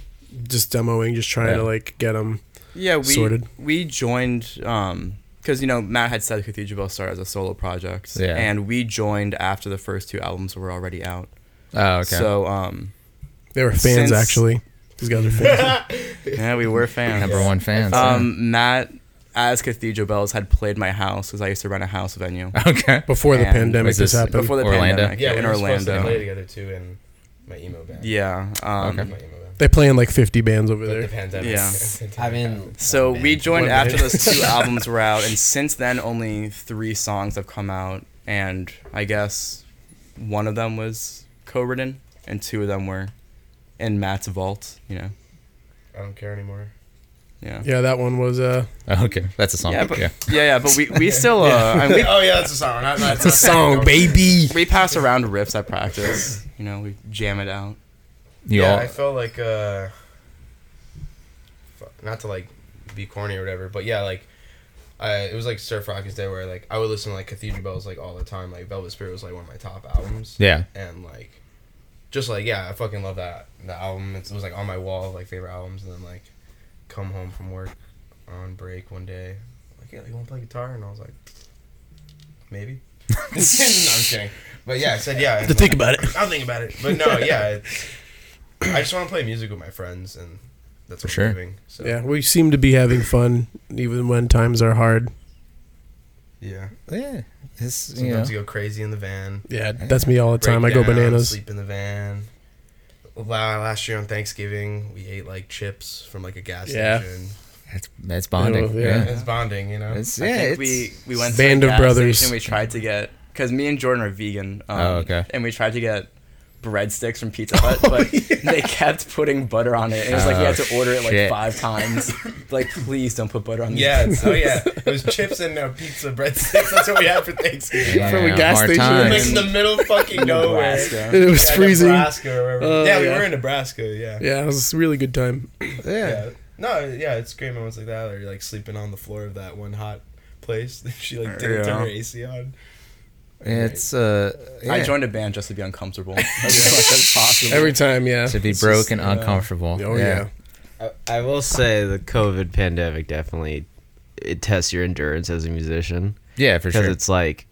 [SPEAKER 4] just demoing just trying
[SPEAKER 1] Yeah.
[SPEAKER 4] to like get them
[SPEAKER 7] Yeah, we
[SPEAKER 4] sorted.
[SPEAKER 7] we joined because you know Matt had said Cathedral Bell started as a solo project,
[SPEAKER 1] Yeah.
[SPEAKER 7] and we joined after the first two albums were already out.
[SPEAKER 1] Oh, okay.
[SPEAKER 7] So um,
[SPEAKER 4] they were fans
[SPEAKER 7] Since-
[SPEAKER 4] actually these guys are fans
[SPEAKER 7] yeah, we were fans.
[SPEAKER 1] number one fans.
[SPEAKER 7] Um, Matt as Cathedral Bells had played my house because I used to rent a house venue
[SPEAKER 1] yeah. okay.
[SPEAKER 4] before the
[SPEAKER 7] And-
[SPEAKER 4] pandemic
[SPEAKER 1] Was this
[SPEAKER 4] this happened
[SPEAKER 7] before the
[SPEAKER 1] Orlando?
[SPEAKER 7] pandemic.
[SPEAKER 6] yeah,
[SPEAKER 7] in
[SPEAKER 6] we were supposed to play
[SPEAKER 7] Orlando.
[SPEAKER 6] together too in my emo band.
[SPEAKER 7] Yeah. Um,
[SPEAKER 6] my emo band.
[SPEAKER 4] they play in like 50 bands over
[SPEAKER 6] But the
[SPEAKER 4] there
[SPEAKER 6] pandemic.
[SPEAKER 7] Yeah.
[SPEAKER 5] I mean,
[SPEAKER 7] So we joined
[SPEAKER 4] One
[SPEAKER 7] after
[SPEAKER 4] band.
[SPEAKER 7] those two albums were out, and since then only three songs have come out, and I guess one of them was co-written, and two of them were in Matt's vault. You know,
[SPEAKER 6] I don't care anymore.
[SPEAKER 7] yeah,
[SPEAKER 4] yeah that one was uh
[SPEAKER 1] Okay, that's a song.
[SPEAKER 7] yeah, but
[SPEAKER 1] yeah.
[SPEAKER 7] yeah, yeah, but we we still uh, I mean,
[SPEAKER 6] oh yeah, that's a song. Not, not,
[SPEAKER 4] it's a song baby
[SPEAKER 7] we we pass around riffs at practice. You know, we jam it out.
[SPEAKER 1] You
[SPEAKER 6] yeah,
[SPEAKER 1] all-
[SPEAKER 6] I felt like uh, fu- not to like be corny or whatever, but yeah, like I it was like surf rockers day where like I would listen to like Cathedral Bells like all the time. Like Velvet Spirit was like one of my top albums,
[SPEAKER 1] yeah.
[SPEAKER 6] and like just like yeah, I fucking love that the album. It's, it was like on my wall of like favorite albums, and then like come home from work on break one day, like yeah, you want to play guitar, and I was like maybe. no, I'm kidding, but yeah, I said yeah. and,
[SPEAKER 4] to
[SPEAKER 6] like,
[SPEAKER 4] think about it
[SPEAKER 6] I'll think about it. But no, yeah, it's, I just want to play music with my friends, and that's what
[SPEAKER 1] sure.
[SPEAKER 6] I'm doing. So
[SPEAKER 4] yeah we seem to be having fun even when times are hard
[SPEAKER 6] yeah.
[SPEAKER 1] Yeah. This, you know,
[SPEAKER 6] Sometimes you go crazy in the van.
[SPEAKER 4] yeah that's me all the time i
[SPEAKER 6] break
[SPEAKER 4] go
[SPEAKER 6] down,
[SPEAKER 4] bananas
[SPEAKER 6] Sleep in the van. La- Last year on Thanksgiving, we ate like chips from like a gas
[SPEAKER 4] Yeah.
[SPEAKER 6] station.
[SPEAKER 1] that's, that's bonding.
[SPEAKER 4] Yeah.
[SPEAKER 1] yeah.
[SPEAKER 6] It's bonding, you know.
[SPEAKER 1] It's,
[SPEAKER 7] I
[SPEAKER 1] yeah,
[SPEAKER 7] think
[SPEAKER 1] it's,
[SPEAKER 7] we we went
[SPEAKER 4] Band
[SPEAKER 7] to
[SPEAKER 4] of
[SPEAKER 7] a gas
[SPEAKER 4] Brothers.
[SPEAKER 7] station. We tried to get because me and Jordan are vegan. Um,
[SPEAKER 1] Oh, okay.
[SPEAKER 7] And we tried to get breadsticks from Pizza Hut, but they kept putting butter on it. And it was like we had to order it like
[SPEAKER 1] shit.
[SPEAKER 7] five times. like, please don't put butter on these.
[SPEAKER 6] Yeah, it's- oh yeah. It was chips and uh, pizza breadsticks. That's what we had for Thanksgiving.
[SPEAKER 1] Yeah,
[SPEAKER 4] From a gas
[SPEAKER 1] hard
[SPEAKER 4] station.
[SPEAKER 6] Like in
[SPEAKER 1] times.
[SPEAKER 6] the middle of fucking nowhere.
[SPEAKER 7] Nebraska.
[SPEAKER 4] it was
[SPEAKER 6] Yeah,
[SPEAKER 4] freezing.
[SPEAKER 6] Nebraska or wherever.
[SPEAKER 4] Oh,
[SPEAKER 6] yeah, we
[SPEAKER 4] yeah.
[SPEAKER 6] were in Nebraska. Yeah.
[SPEAKER 4] Yeah, it was a really good time.
[SPEAKER 6] Yeah. No, yeah, it's great moments like that. Or like sleeping on the floor of that one hot place. she like didn't
[SPEAKER 7] Yeah.
[SPEAKER 6] turn her AC on.
[SPEAKER 1] It's uh,
[SPEAKER 7] I
[SPEAKER 1] yeah.
[SPEAKER 7] joined a band just to be uncomfortable as much as possible.
[SPEAKER 4] Every time, yeah.
[SPEAKER 1] to be broke and uncomfortable.
[SPEAKER 4] Oh yeah.
[SPEAKER 5] I, I will say the COVID pandemic definitely it tests your endurance as a musician
[SPEAKER 1] yeah, for
[SPEAKER 5] because
[SPEAKER 1] sure.
[SPEAKER 5] it's like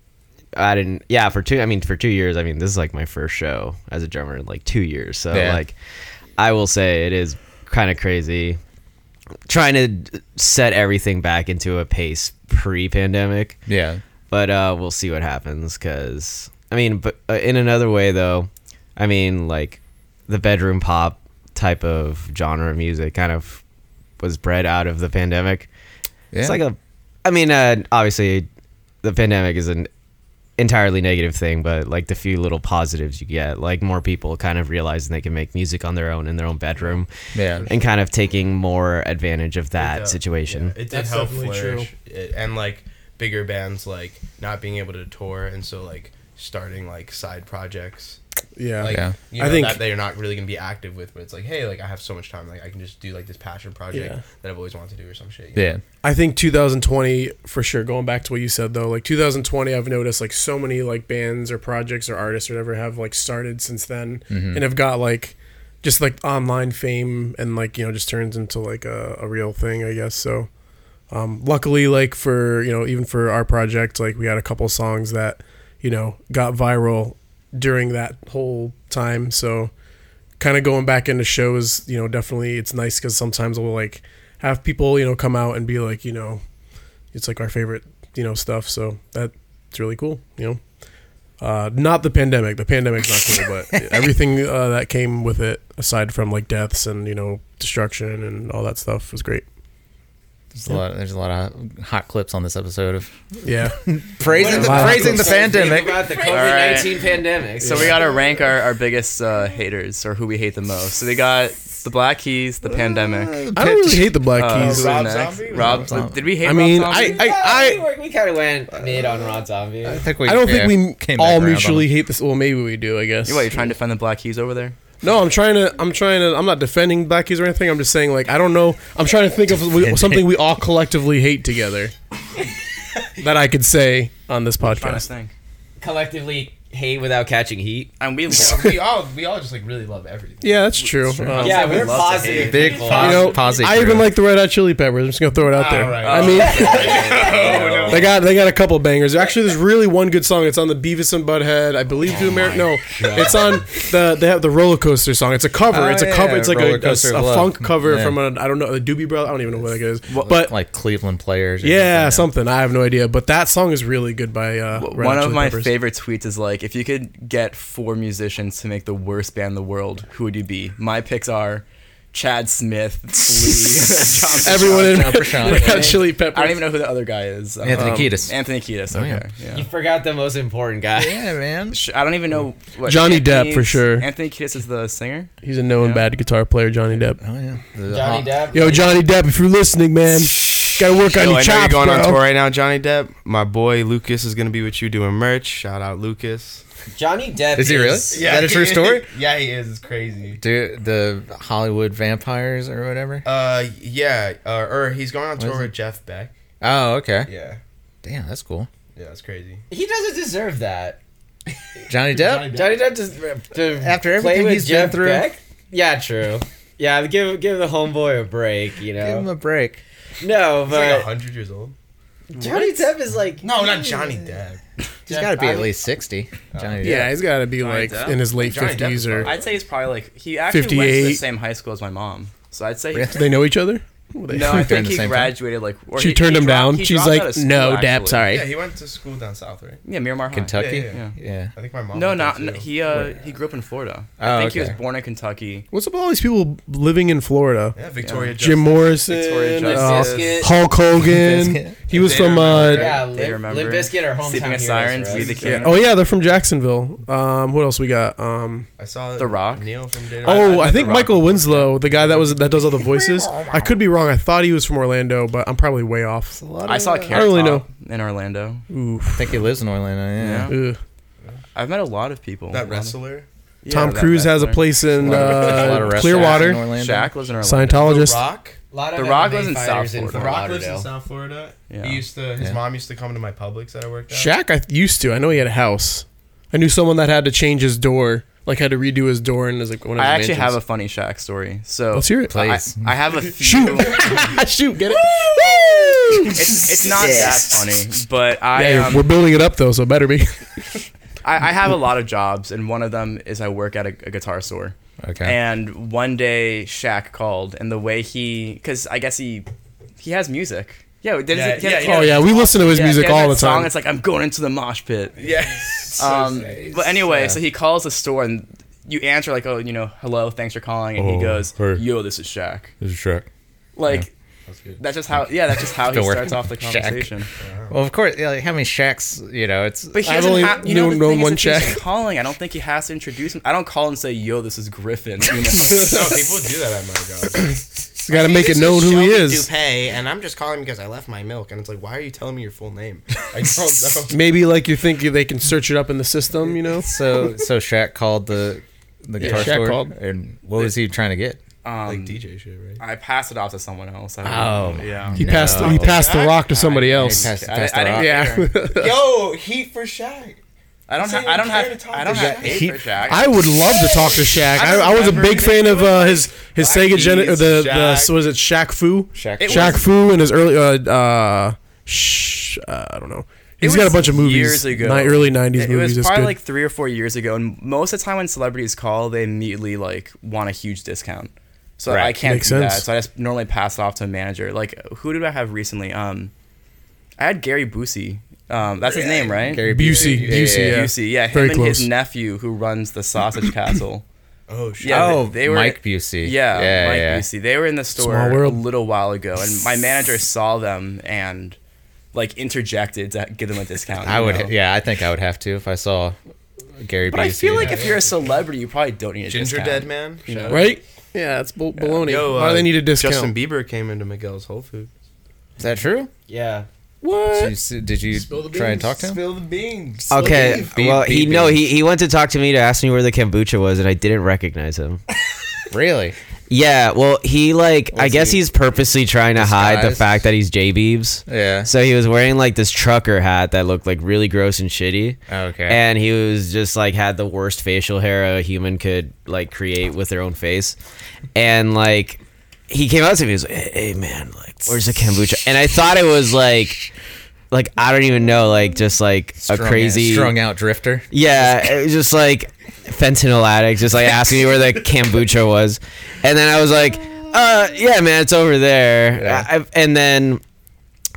[SPEAKER 5] I didn't. Yeah, for two. I mean, for two years. I mean, this is like my first show as a drummer in like two years. So
[SPEAKER 1] Yeah.
[SPEAKER 5] like, I will say it is kind of crazy trying to set everything back into a pace pre-pandemic.
[SPEAKER 1] yeah,
[SPEAKER 5] But uh, we'll see what happens. Cause I mean, but uh, in another way though, I mean like the bedroom pop type of genre of music kind of was bred out of the pandemic.
[SPEAKER 1] yeah.
[SPEAKER 5] It's like a, I mean, uh, obviously, the pandemic is an entirely negative thing, but like the few little positives you get, like more people kind of realizing they can make music on their own in their own bedroom,
[SPEAKER 1] Yeah.
[SPEAKER 5] and kind of taking more advantage of that
[SPEAKER 6] Yeah.
[SPEAKER 5] situation.
[SPEAKER 6] Yeah, it did
[SPEAKER 4] That's
[SPEAKER 6] help
[SPEAKER 4] definitely
[SPEAKER 6] flourish. It- and like bigger bands like not being able to tour and so like starting like side projects.
[SPEAKER 4] Yeah.
[SPEAKER 6] Like
[SPEAKER 1] Yeah.
[SPEAKER 6] you know
[SPEAKER 4] I think-
[SPEAKER 6] that they're not really gonna be active with, but it's like, hey, like I have so much time, like I can just do like this passion project
[SPEAKER 4] Yeah.
[SPEAKER 6] that I've always wanted to do or some shit. you
[SPEAKER 1] yeah,
[SPEAKER 4] I think 2020 for sure. Going back to what you said though, like 2020, I've noticed like so many like bands or projects or artists or whatever have like started since then and have got like just like online fame and like you know just turns into like a, a real thing, I guess. So um, luckily, like for you know even for our project, like we had a couple songs that you know got viral during that whole time. So kind of going back into shows, you know, definitely it's nice because sometimes we'll like have people, you know, come out and be like, you know, it's like our favorite, you know, stuff. So that's really cool, you know. Uh, not the pandemic. The pandemic's not cool, but everything uh, that came with it, aside from like deaths and you know destruction and all that stuff, was great.
[SPEAKER 1] There's a lot. There's a lot of hot clips on this episode of
[SPEAKER 4] Yeah,
[SPEAKER 1] praising the,
[SPEAKER 4] Wow.
[SPEAKER 1] praising the
[SPEAKER 4] eh?
[SPEAKER 1] pandemic.
[SPEAKER 5] About the
[SPEAKER 7] COVID-19
[SPEAKER 5] pandemic.
[SPEAKER 7] So we gotta rank our, our biggest uh, haters or who we hate the most. So they got the Black Keys, the pandemic.
[SPEAKER 4] I don't really hate the Black
[SPEAKER 7] Uh,
[SPEAKER 4] Keys.
[SPEAKER 6] Rob
[SPEAKER 7] Rob
[SPEAKER 6] Zombie?
[SPEAKER 7] Rob, did we hate?
[SPEAKER 4] I mean,
[SPEAKER 7] Rob
[SPEAKER 4] I,
[SPEAKER 7] Zombie?
[SPEAKER 4] I, I,
[SPEAKER 5] we kind of went mid on Rod Zombie.
[SPEAKER 1] I think we.
[SPEAKER 4] I don't
[SPEAKER 1] yeah,
[SPEAKER 4] think we
[SPEAKER 1] came back
[SPEAKER 4] all
[SPEAKER 1] around on
[SPEAKER 4] mutually
[SPEAKER 1] it.
[SPEAKER 4] hate this. Well, maybe we do. I guess.
[SPEAKER 7] You what? You're trying to defend the Black Keys over there?
[SPEAKER 4] No, I'm trying to. I'm trying to. I'm not defending Black Keys or anything. I'm just saying, like, I don't know. I'm trying to think of we- something we all collectively hate together that I could say on this
[SPEAKER 7] Trying to
[SPEAKER 4] podcast.
[SPEAKER 7] think.
[SPEAKER 5] Collectively hate without catching heat.
[SPEAKER 7] And we
[SPEAKER 6] know? we all we all just like really love everything.
[SPEAKER 4] Yeah, that's true. Um,
[SPEAKER 5] Yeah,
[SPEAKER 7] we
[SPEAKER 5] we're
[SPEAKER 7] love to
[SPEAKER 5] positive.
[SPEAKER 7] hate.
[SPEAKER 1] big
[SPEAKER 5] people.
[SPEAKER 1] pos-
[SPEAKER 4] you know,
[SPEAKER 1] positive.
[SPEAKER 4] I even like the Red Hot Chili Peppers. I'm just gonna throw it out there.
[SPEAKER 6] All right.
[SPEAKER 4] I mean, they got they got a couple bangers. Actually, there's really one good song. It's on the Beavis and Butthead. I believe Do Ameri- No, it's on the they have the roller coaster song. It's a cover.
[SPEAKER 1] Oh,
[SPEAKER 4] it's a
[SPEAKER 1] yeah,
[SPEAKER 4] cover. It's like a,
[SPEAKER 1] Roller
[SPEAKER 4] a,
[SPEAKER 1] Coaster
[SPEAKER 4] a
[SPEAKER 1] Love.
[SPEAKER 4] funk cover
[SPEAKER 1] Yeah.
[SPEAKER 4] from an I don't know a Doobie Brother. I don't even know what that is. but
[SPEAKER 1] like Cleveland players. or
[SPEAKER 4] Yeah,
[SPEAKER 1] something.
[SPEAKER 4] something. I have no idea, but that song is really good by uh, Red
[SPEAKER 7] One
[SPEAKER 4] Hot
[SPEAKER 7] of
[SPEAKER 4] Chili
[SPEAKER 7] my
[SPEAKER 4] Peppers.
[SPEAKER 7] favorite tweets is like, if you could get four musicians to make the worst band in the world, who would you be? My picks are Chad Smith, Flea, John
[SPEAKER 4] Everyone in
[SPEAKER 1] John Frusciante.
[SPEAKER 4] Red Hot Chili Peppers.
[SPEAKER 7] I don't even know who the other guy is. Um,
[SPEAKER 1] Anthony Kiedis.
[SPEAKER 7] Anthony Kiedis.
[SPEAKER 4] Oh,
[SPEAKER 1] yeah.
[SPEAKER 7] Okay. yeah.
[SPEAKER 5] You forgot the most important guy.
[SPEAKER 1] Yeah, man.
[SPEAKER 7] Sh- I don't even know what
[SPEAKER 4] Johnny Depp, for sure.
[SPEAKER 7] Anthony Kiedis is the singer.
[SPEAKER 4] He's a known
[SPEAKER 7] Yeah.
[SPEAKER 4] bad guitar player, Johnny Depp.
[SPEAKER 1] Oh yeah, The hot-
[SPEAKER 5] Johnny Depp.
[SPEAKER 4] Yo, Johnny Depp, if you're listening, man, gotta work on your
[SPEAKER 6] Yo, I know you're
[SPEAKER 4] chops,
[SPEAKER 6] going on
[SPEAKER 4] bro.
[SPEAKER 6] tour right now, Johnny Depp. My boy Lucas is gonna be with you doing merch. Shout out Lucas.
[SPEAKER 5] Johnny Depp.
[SPEAKER 1] Is he really? Is that a true story?
[SPEAKER 6] yeah, he is. It's crazy.
[SPEAKER 1] Dude, the Hollywood vampires or whatever.
[SPEAKER 6] Uh, yeah, uh, or he's going on
[SPEAKER 1] is
[SPEAKER 6] tour
[SPEAKER 1] it?
[SPEAKER 6] with Jeff Beck.
[SPEAKER 1] Oh, okay.
[SPEAKER 6] Yeah,
[SPEAKER 1] Damn, that's cool.
[SPEAKER 6] yeah, it's crazy.
[SPEAKER 5] He doesn't deserve that.
[SPEAKER 1] Johnny Depp.
[SPEAKER 5] Johnny Depp just to
[SPEAKER 1] After
[SPEAKER 5] play
[SPEAKER 1] everything
[SPEAKER 5] with
[SPEAKER 1] he's been
[SPEAKER 5] Jeff
[SPEAKER 1] through.
[SPEAKER 5] Beck? Yeah, true. Yeah, give give the homeboy a break, you
[SPEAKER 1] Give him
[SPEAKER 5] know.
[SPEAKER 1] a break.
[SPEAKER 5] no,
[SPEAKER 6] He's like
[SPEAKER 5] but
[SPEAKER 6] hundred years old.
[SPEAKER 5] Johnny Depp is like
[SPEAKER 6] No, not Johnny Depp.
[SPEAKER 1] He's got to be at least sixty. Johnny Depp.
[SPEAKER 4] Yeah, he's gotta be like
[SPEAKER 7] Depp?
[SPEAKER 4] in his late
[SPEAKER 6] Johnny Depp
[SPEAKER 4] fifties
[SPEAKER 6] is
[SPEAKER 4] or.
[SPEAKER 6] fine.
[SPEAKER 7] I'd say he's probably like he actually went to
[SPEAKER 4] 58.
[SPEAKER 7] the same high school as my mom, so I'd say.
[SPEAKER 1] Really?
[SPEAKER 4] Do they know each other? Well, they-
[SPEAKER 7] No, I think
[SPEAKER 1] the
[SPEAKER 7] he
[SPEAKER 1] same time?
[SPEAKER 7] graduated like. Or
[SPEAKER 4] she
[SPEAKER 7] he-
[SPEAKER 4] turned
[SPEAKER 7] he
[SPEAKER 4] him
[SPEAKER 7] dropped-
[SPEAKER 4] down.
[SPEAKER 7] he
[SPEAKER 4] She's
[SPEAKER 7] dropped out
[SPEAKER 4] like,
[SPEAKER 7] of school,
[SPEAKER 4] no, Depp,
[SPEAKER 7] actually.
[SPEAKER 4] sorry.
[SPEAKER 6] Yeah, he went to school down south, right?
[SPEAKER 7] Yeah, Miramar High.
[SPEAKER 1] Kentucky.
[SPEAKER 6] Yeah, yeah, yeah.
[SPEAKER 1] yeah.
[SPEAKER 6] I think my mom.
[SPEAKER 7] No,
[SPEAKER 6] went there,
[SPEAKER 7] not
[SPEAKER 6] too.
[SPEAKER 7] no, he. Uh, he grew up in Florida.
[SPEAKER 1] Oh,
[SPEAKER 7] I think he
[SPEAKER 1] okay.
[SPEAKER 7] was born in Kentucky.
[SPEAKER 4] What's up with all these people living in Florida?
[SPEAKER 6] Yeah, Victoria.
[SPEAKER 4] Jim
[SPEAKER 6] Justice.
[SPEAKER 4] Morrison,
[SPEAKER 7] Victoria
[SPEAKER 4] uh,
[SPEAKER 7] Justice.
[SPEAKER 4] Hulk Hogan, He was from. Uh,
[SPEAKER 5] yeah,
[SPEAKER 7] They
[SPEAKER 5] Limp,
[SPEAKER 7] remember
[SPEAKER 5] Limp Bizkit are hometown
[SPEAKER 7] Sleeping with
[SPEAKER 5] heroes
[SPEAKER 7] Sirens,
[SPEAKER 5] for
[SPEAKER 7] We
[SPEAKER 5] us,
[SPEAKER 7] the
[SPEAKER 5] so-
[SPEAKER 7] Kid.
[SPEAKER 4] oh yeah, they're from Jacksonville. Um, what else we got? Um,
[SPEAKER 6] I saw
[SPEAKER 7] The Rock?
[SPEAKER 6] Neil from Data.
[SPEAKER 4] oh,
[SPEAKER 6] met
[SPEAKER 4] I,
[SPEAKER 6] The
[SPEAKER 4] think
[SPEAKER 6] Rock
[SPEAKER 4] Michael
[SPEAKER 6] before.
[SPEAKER 4] Winslow, the guy that was that does all the voices. I could be wrong. I thought he was from Orlando, but I'm probably way off.
[SPEAKER 7] I saw Carrot
[SPEAKER 4] really
[SPEAKER 7] Top in Orlando.
[SPEAKER 1] I
[SPEAKER 4] Oof.
[SPEAKER 1] think he lives in Orlando. Yeah.
[SPEAKER 7] Yeah.
[SPEAKER 4] Ugh.
[SPEAKER 7] I've met a lot of people.
[SPEAKER 6] That wrestler.
[SPEAKER 7] Yeah,
[SPEAKER 4] Tom
[SPEAKER 7] that
[SPEAKER 4] Cruise has a
[SPEAKER 7] wrestler.
[SPEAKER 4] place in
[SPEAKER 1] There's a lot of
[SPEAKER 4] uh,
[SPEAKER 1] wrestlers in
[SPEAKER 4] Clearwater.
[SPEAKER 1] Orlando.
[SPEAKER 7] Shaq lives in Orlando.
[SPEAKER 6] The
[SPEAKER 4] Scientologist.
[SPEAKER 6] Rock.
[SPEAKER 5] A lot of
[SPEAKER 7] The Rock
[SPEAKER 5] MMA
[SPEAKER 7] lives in South
[SPEAKER 5] fighters in
[SPEAKER 7] Florida.
[SPEAKER 5] Fort
[SPEAKER 6] The Rock lives in
[SPEAKER 5] Lauderdale.
[SPEAKER 6] South Florida.
[SPEAKER 7] Yeah.
[SPEAKER 6] He used to. His
[SPEAKER 1] Yeah.
[SPEAKER 6] mom used to come to my Publix that I worked at.
[SPEAKER 4] Shaq, I used to. I know he had a house. I knew someone that had to change his door, like had to redo his door, and is like one of
[SPEAKER 7] I
[SPEAKER 4] his
[SPEAKER 7] actually have a
[SPEAKER 4] mansions.
[SPEAKER 7] funny Shaq story. So
[SPEAKER 4] Let's hear it.
[SPEAKER 7] I-
[SPEAKER 1] Please.
[SPEAKER 7] I, have a few.
[SPEAKER 4] Shoot. Shoot, get it. Woo!
[SPEAKER 7] It's, it's not that funny, but I
[SPEAKER 4] Hey,
[SPEAKER 7] um,
[SPEAKER 4] we're building it up though, so it better be.
[SPEAKER 7] I, I have a lot of jobs, and one of them is I work at a, a guitar store.
[SPEAKER 1] Okay.
[SPEAKER 7] And one day Shaq called, and the way he, because I guess he, he has music. Yeah, does
[SPEAKER 6] Yeah,
[SPEAKER 7] he, he has,
[SPEAKER 6] yeah,
[SPEAKER 4] oh yeah, we listen to his
[SPEAKER 7] yeah, he
[SPEAKER 4] music
[SPEAKER 7] has
[SPEAKER 4] all
[SPEAKER 7] that
[SPEAKER 4] the
[SPEAKER 7] song,
[SPEAKER 4] time.
[SPEAKER 7] It's like I'm going into the mosh pit.
[SPEAKER 6] Yes.
[SPEAKER 7] Um, but anyway, so he calls the store, and you answer like, oh, you know, hello, thanks for calling, and
[SPEAKER 1] Oh,
[SPEAKER 7] he goes,
[SPEAKER 1] her.
[SPEAKER 7] yo, this is Shaq.
[SPEAKER 1] This is Shrek.
[SPEAKER 7] Like.
[SPEAKER 6] That's good.
[SPEAKER 7] That's just how, yeah. That's just how he
[SPEAKER 1] Still working.
[SPEAKER 7] starts off the
[SPEAKER 1] Shaq.
[SPEAKER 7] conversation.
[SPEAKER 1] Well, of course. Yeah, like, how many Shacks? You know, it's.
[SPEAKER 7] But he
[SPEAKER 4] I've
[SPEAKER 7] doesn't
[SPEAKER 4] only
[SPEAKER 7] have, you know,
[SPEAKER 4] known-
[SPEAKER 7] the thing
[SPEAKER 4] known
[SPEAKER 7] is
[SPEAKER 4] one
[SPEAKER 7] if he's
[SPEAKER 4] Shaq.
[SPEAKER 7] calling. I don't think he has to introduce him. I don't call and say, "Yo, this is Griffin." You know?
[SPEAKER 6] no, people do that at my job.
[SPEAKER 4] You gotta make it known who he is.
[SPEAKER 6] Dupay, and I'm just calling because I left my milk, and it's like, why are you telling me your full name? I don't know.
[SPEAKER 4] Maybe like you think they can search it up in the system, you know?
[SPEAKER 1] So so Shaq called the the guitar
[SPEAKER 4] Shaq
[SPEAKER 1] store,
[SPEAKER 4] called.
[SPEAKER 1] and what was he trying to get?
[SPEAKER 7] um,
[SPEAKER 6] like DJ shit, right?
[SPEAKER 7] I passed it off to someone else. I don't
[SPEAKER 1] Oh.
[SPEAKER 7] know. yeah.
[SPEAKER 4] He passed he passed the rock to somebody else.
[SPEAKER 1] He passed-
[SPEAKER 7] I-
[SPEAKER 1] passed
[SPEAKER 7] I
[SPEAKER 1] the
[SPEAKER 7] didn't-
[SPEAKER 1] rock.
[SPEAKER 4] Yeah.
[SPEAKER 6] Yo, heat for Shaq.
[SPEAKER 7] I don't.
[SPEAKER 6] Say
[SPEAKER 7] Ha- I don't
[SPEAKER 6] you care
[SPEAKER 7] have.
[SPEAKER 6] to talk
[SPEAKER 7] I don't
[SPEAKER 6] to
[SPEAKER 7] have
[SPEAKER 6] Shaq.
[SPEAKER 7] hate
[SPEAKER 1] He-
[SPEAKER 7] for Shaq.
[SPEAKER 4] I would love to talk to Shaq. I, I was a big fan of uh, his his
[SPEAKER 6] Black
[SPEAKER 4] Sega Gen or
[SPEAKER 6] Keys,
[SPEAKER 4] the, the
[SPEAKER 6] Shaq.
[SPEAKER 4] what is it Shaq Fu
[SPEAKER 1] Shaq Fu.
[SPEAKER 4] Shaq Fu and his early uh, uh, sh- uh I don't know. He's got a
[SPEAKER 7] was
[SPEAKER 4] bunch of movies.
[SPEAKER 7] years ago.
[SPEAKER 4] Ni- early '90s
[SPEAKER 7] it, it
[SPEAKER 4] movies.
[SPEAKER 7] was
[SPEAKER 4] It's
[SPEAKER 7] probably
[SPEAKER 4] good.
[SPEAKER 7] like three or four years ago, and most of the time when celebrities call, they immediately like want a huge discount. So I can't
[SPEAKER 4] Makes
[SPEAKER 7] do that.
[SPEAKER 4] sense.
[SPEAKER 7] So I just normally pass it off to a manager. Like, who did I have recently? Um, I had Gary Busey. Um, that's his name, right?
[SPEAKER 1] Gary
[SPEAKER 4] Busey,
[SPEAKER 1] Yeah,
[SPEAKER 4] Busey,
[SPEAKER 1] yeah,
[SPEAKER 4] yeah.
[SPEAKER 7] Busey. Yeah, him
[SPEAKER 4] Very
[SPEAKER 7] and
[SPEAKER 4] close.
[SPEAKER 7] his nephew who runs the Sausage Castle.
[SPEAKER 6] Oh shit.
[SPEAKER 7] Yeah,
[SPEAKER 1] Oh,
[SPEAKER 7] they, they were
[SPEAKER 1] Mike Busey.
[SPEAKER 7] Yeah,
[SPEAKER 1] yeah,
[SPEAKER 7] Mike
[SPEAKER 1] yeah.
[SPEAKER 7] Busey. They were in the store
[SPEAKER 4] Small world.
[SPEAKER 7] a little while ago, and my manager saw them and like interjected to give them a discount.
[SPEAKER 1] I
[SPEAKER 7] you
[SPEAKER 1] would.
[SPEAKER 7] know?
[SPEAKER 1] Yeah, I think I would have to if I saw Gary.
[SPEAKER 7] But I feel like if
[SPEAKER 1] yeah.
[SPEAKER 7] you're a celebrity, you probably don't need a
[SPEAKER 6] Ginger
[SPEAKER 7] discount.
[SPEAKER 6] Dead Man.
[SPEAKER 7] You know?
[SPEAKER 4] right? Yeah, it's bull- baloney. Why do they need a discount?
[SPEAKER 6] uh, Justin Bieber came into Miguel's Whole Food.
[SPEAKER 1] is that true?
[SPEAKER 6] Yeah.
[SPEAKER 1] Did
[SPEAKER 4] what?
[SPEAKER 1] you, see- did you
[SPEAKER 3] the
[SPEAKER 1] try and talk to him?
[SPEAKER 6] Spill the beans.
[SPEAKER 5] Okay,
[SPEAKER 1] Beep,
[SPEAKER 5] well, he
[SPEAKER 1] beep,
[SPEAKER 5] no,
[SPEAKER 1] beep.
[SPEAKER 5] he, he went to talk to me to ask me where the kombucha was, and I didn't recognize him.
[SPEAKER 1] Really?
[SPEAKER 5] Yeah, well, he like I
[SPEAKER 1] Was
[SPEAKER 5] guess
[SPEAKER 1] he
[SPEAKER 5] he's purposely trying to hide the
[SPEAKER 1] disguised?
[SPEAKER 5] fact that he's J Beebs.
[SPEAKER 1] Yeah.
[SPEAKER 5] So he was wearing like this trucker hat that looked like really gross and shitty.
[SPEAKER 1] Okay.
[SPEAKER 5] And he was just like had the worst facial hair a human could like create with their own face. And like he came out to me, he was like, Hey, hey, man, like where's the kombucha? And I thought it was like like I don't even know, like just like a
[SPEAKER 1] Strung-
[SPEAKER 5] crazy
[SPEAKER 1] strung out drifter.
[SPEAKER 5] yeah, it was just like fentanyl addict, just like asking me where the kombucha was, and then I was like, "Uh, yeah, man, it's over there."
[SPEAKER 1] Yeah.
[SPEAKER 5] I, and then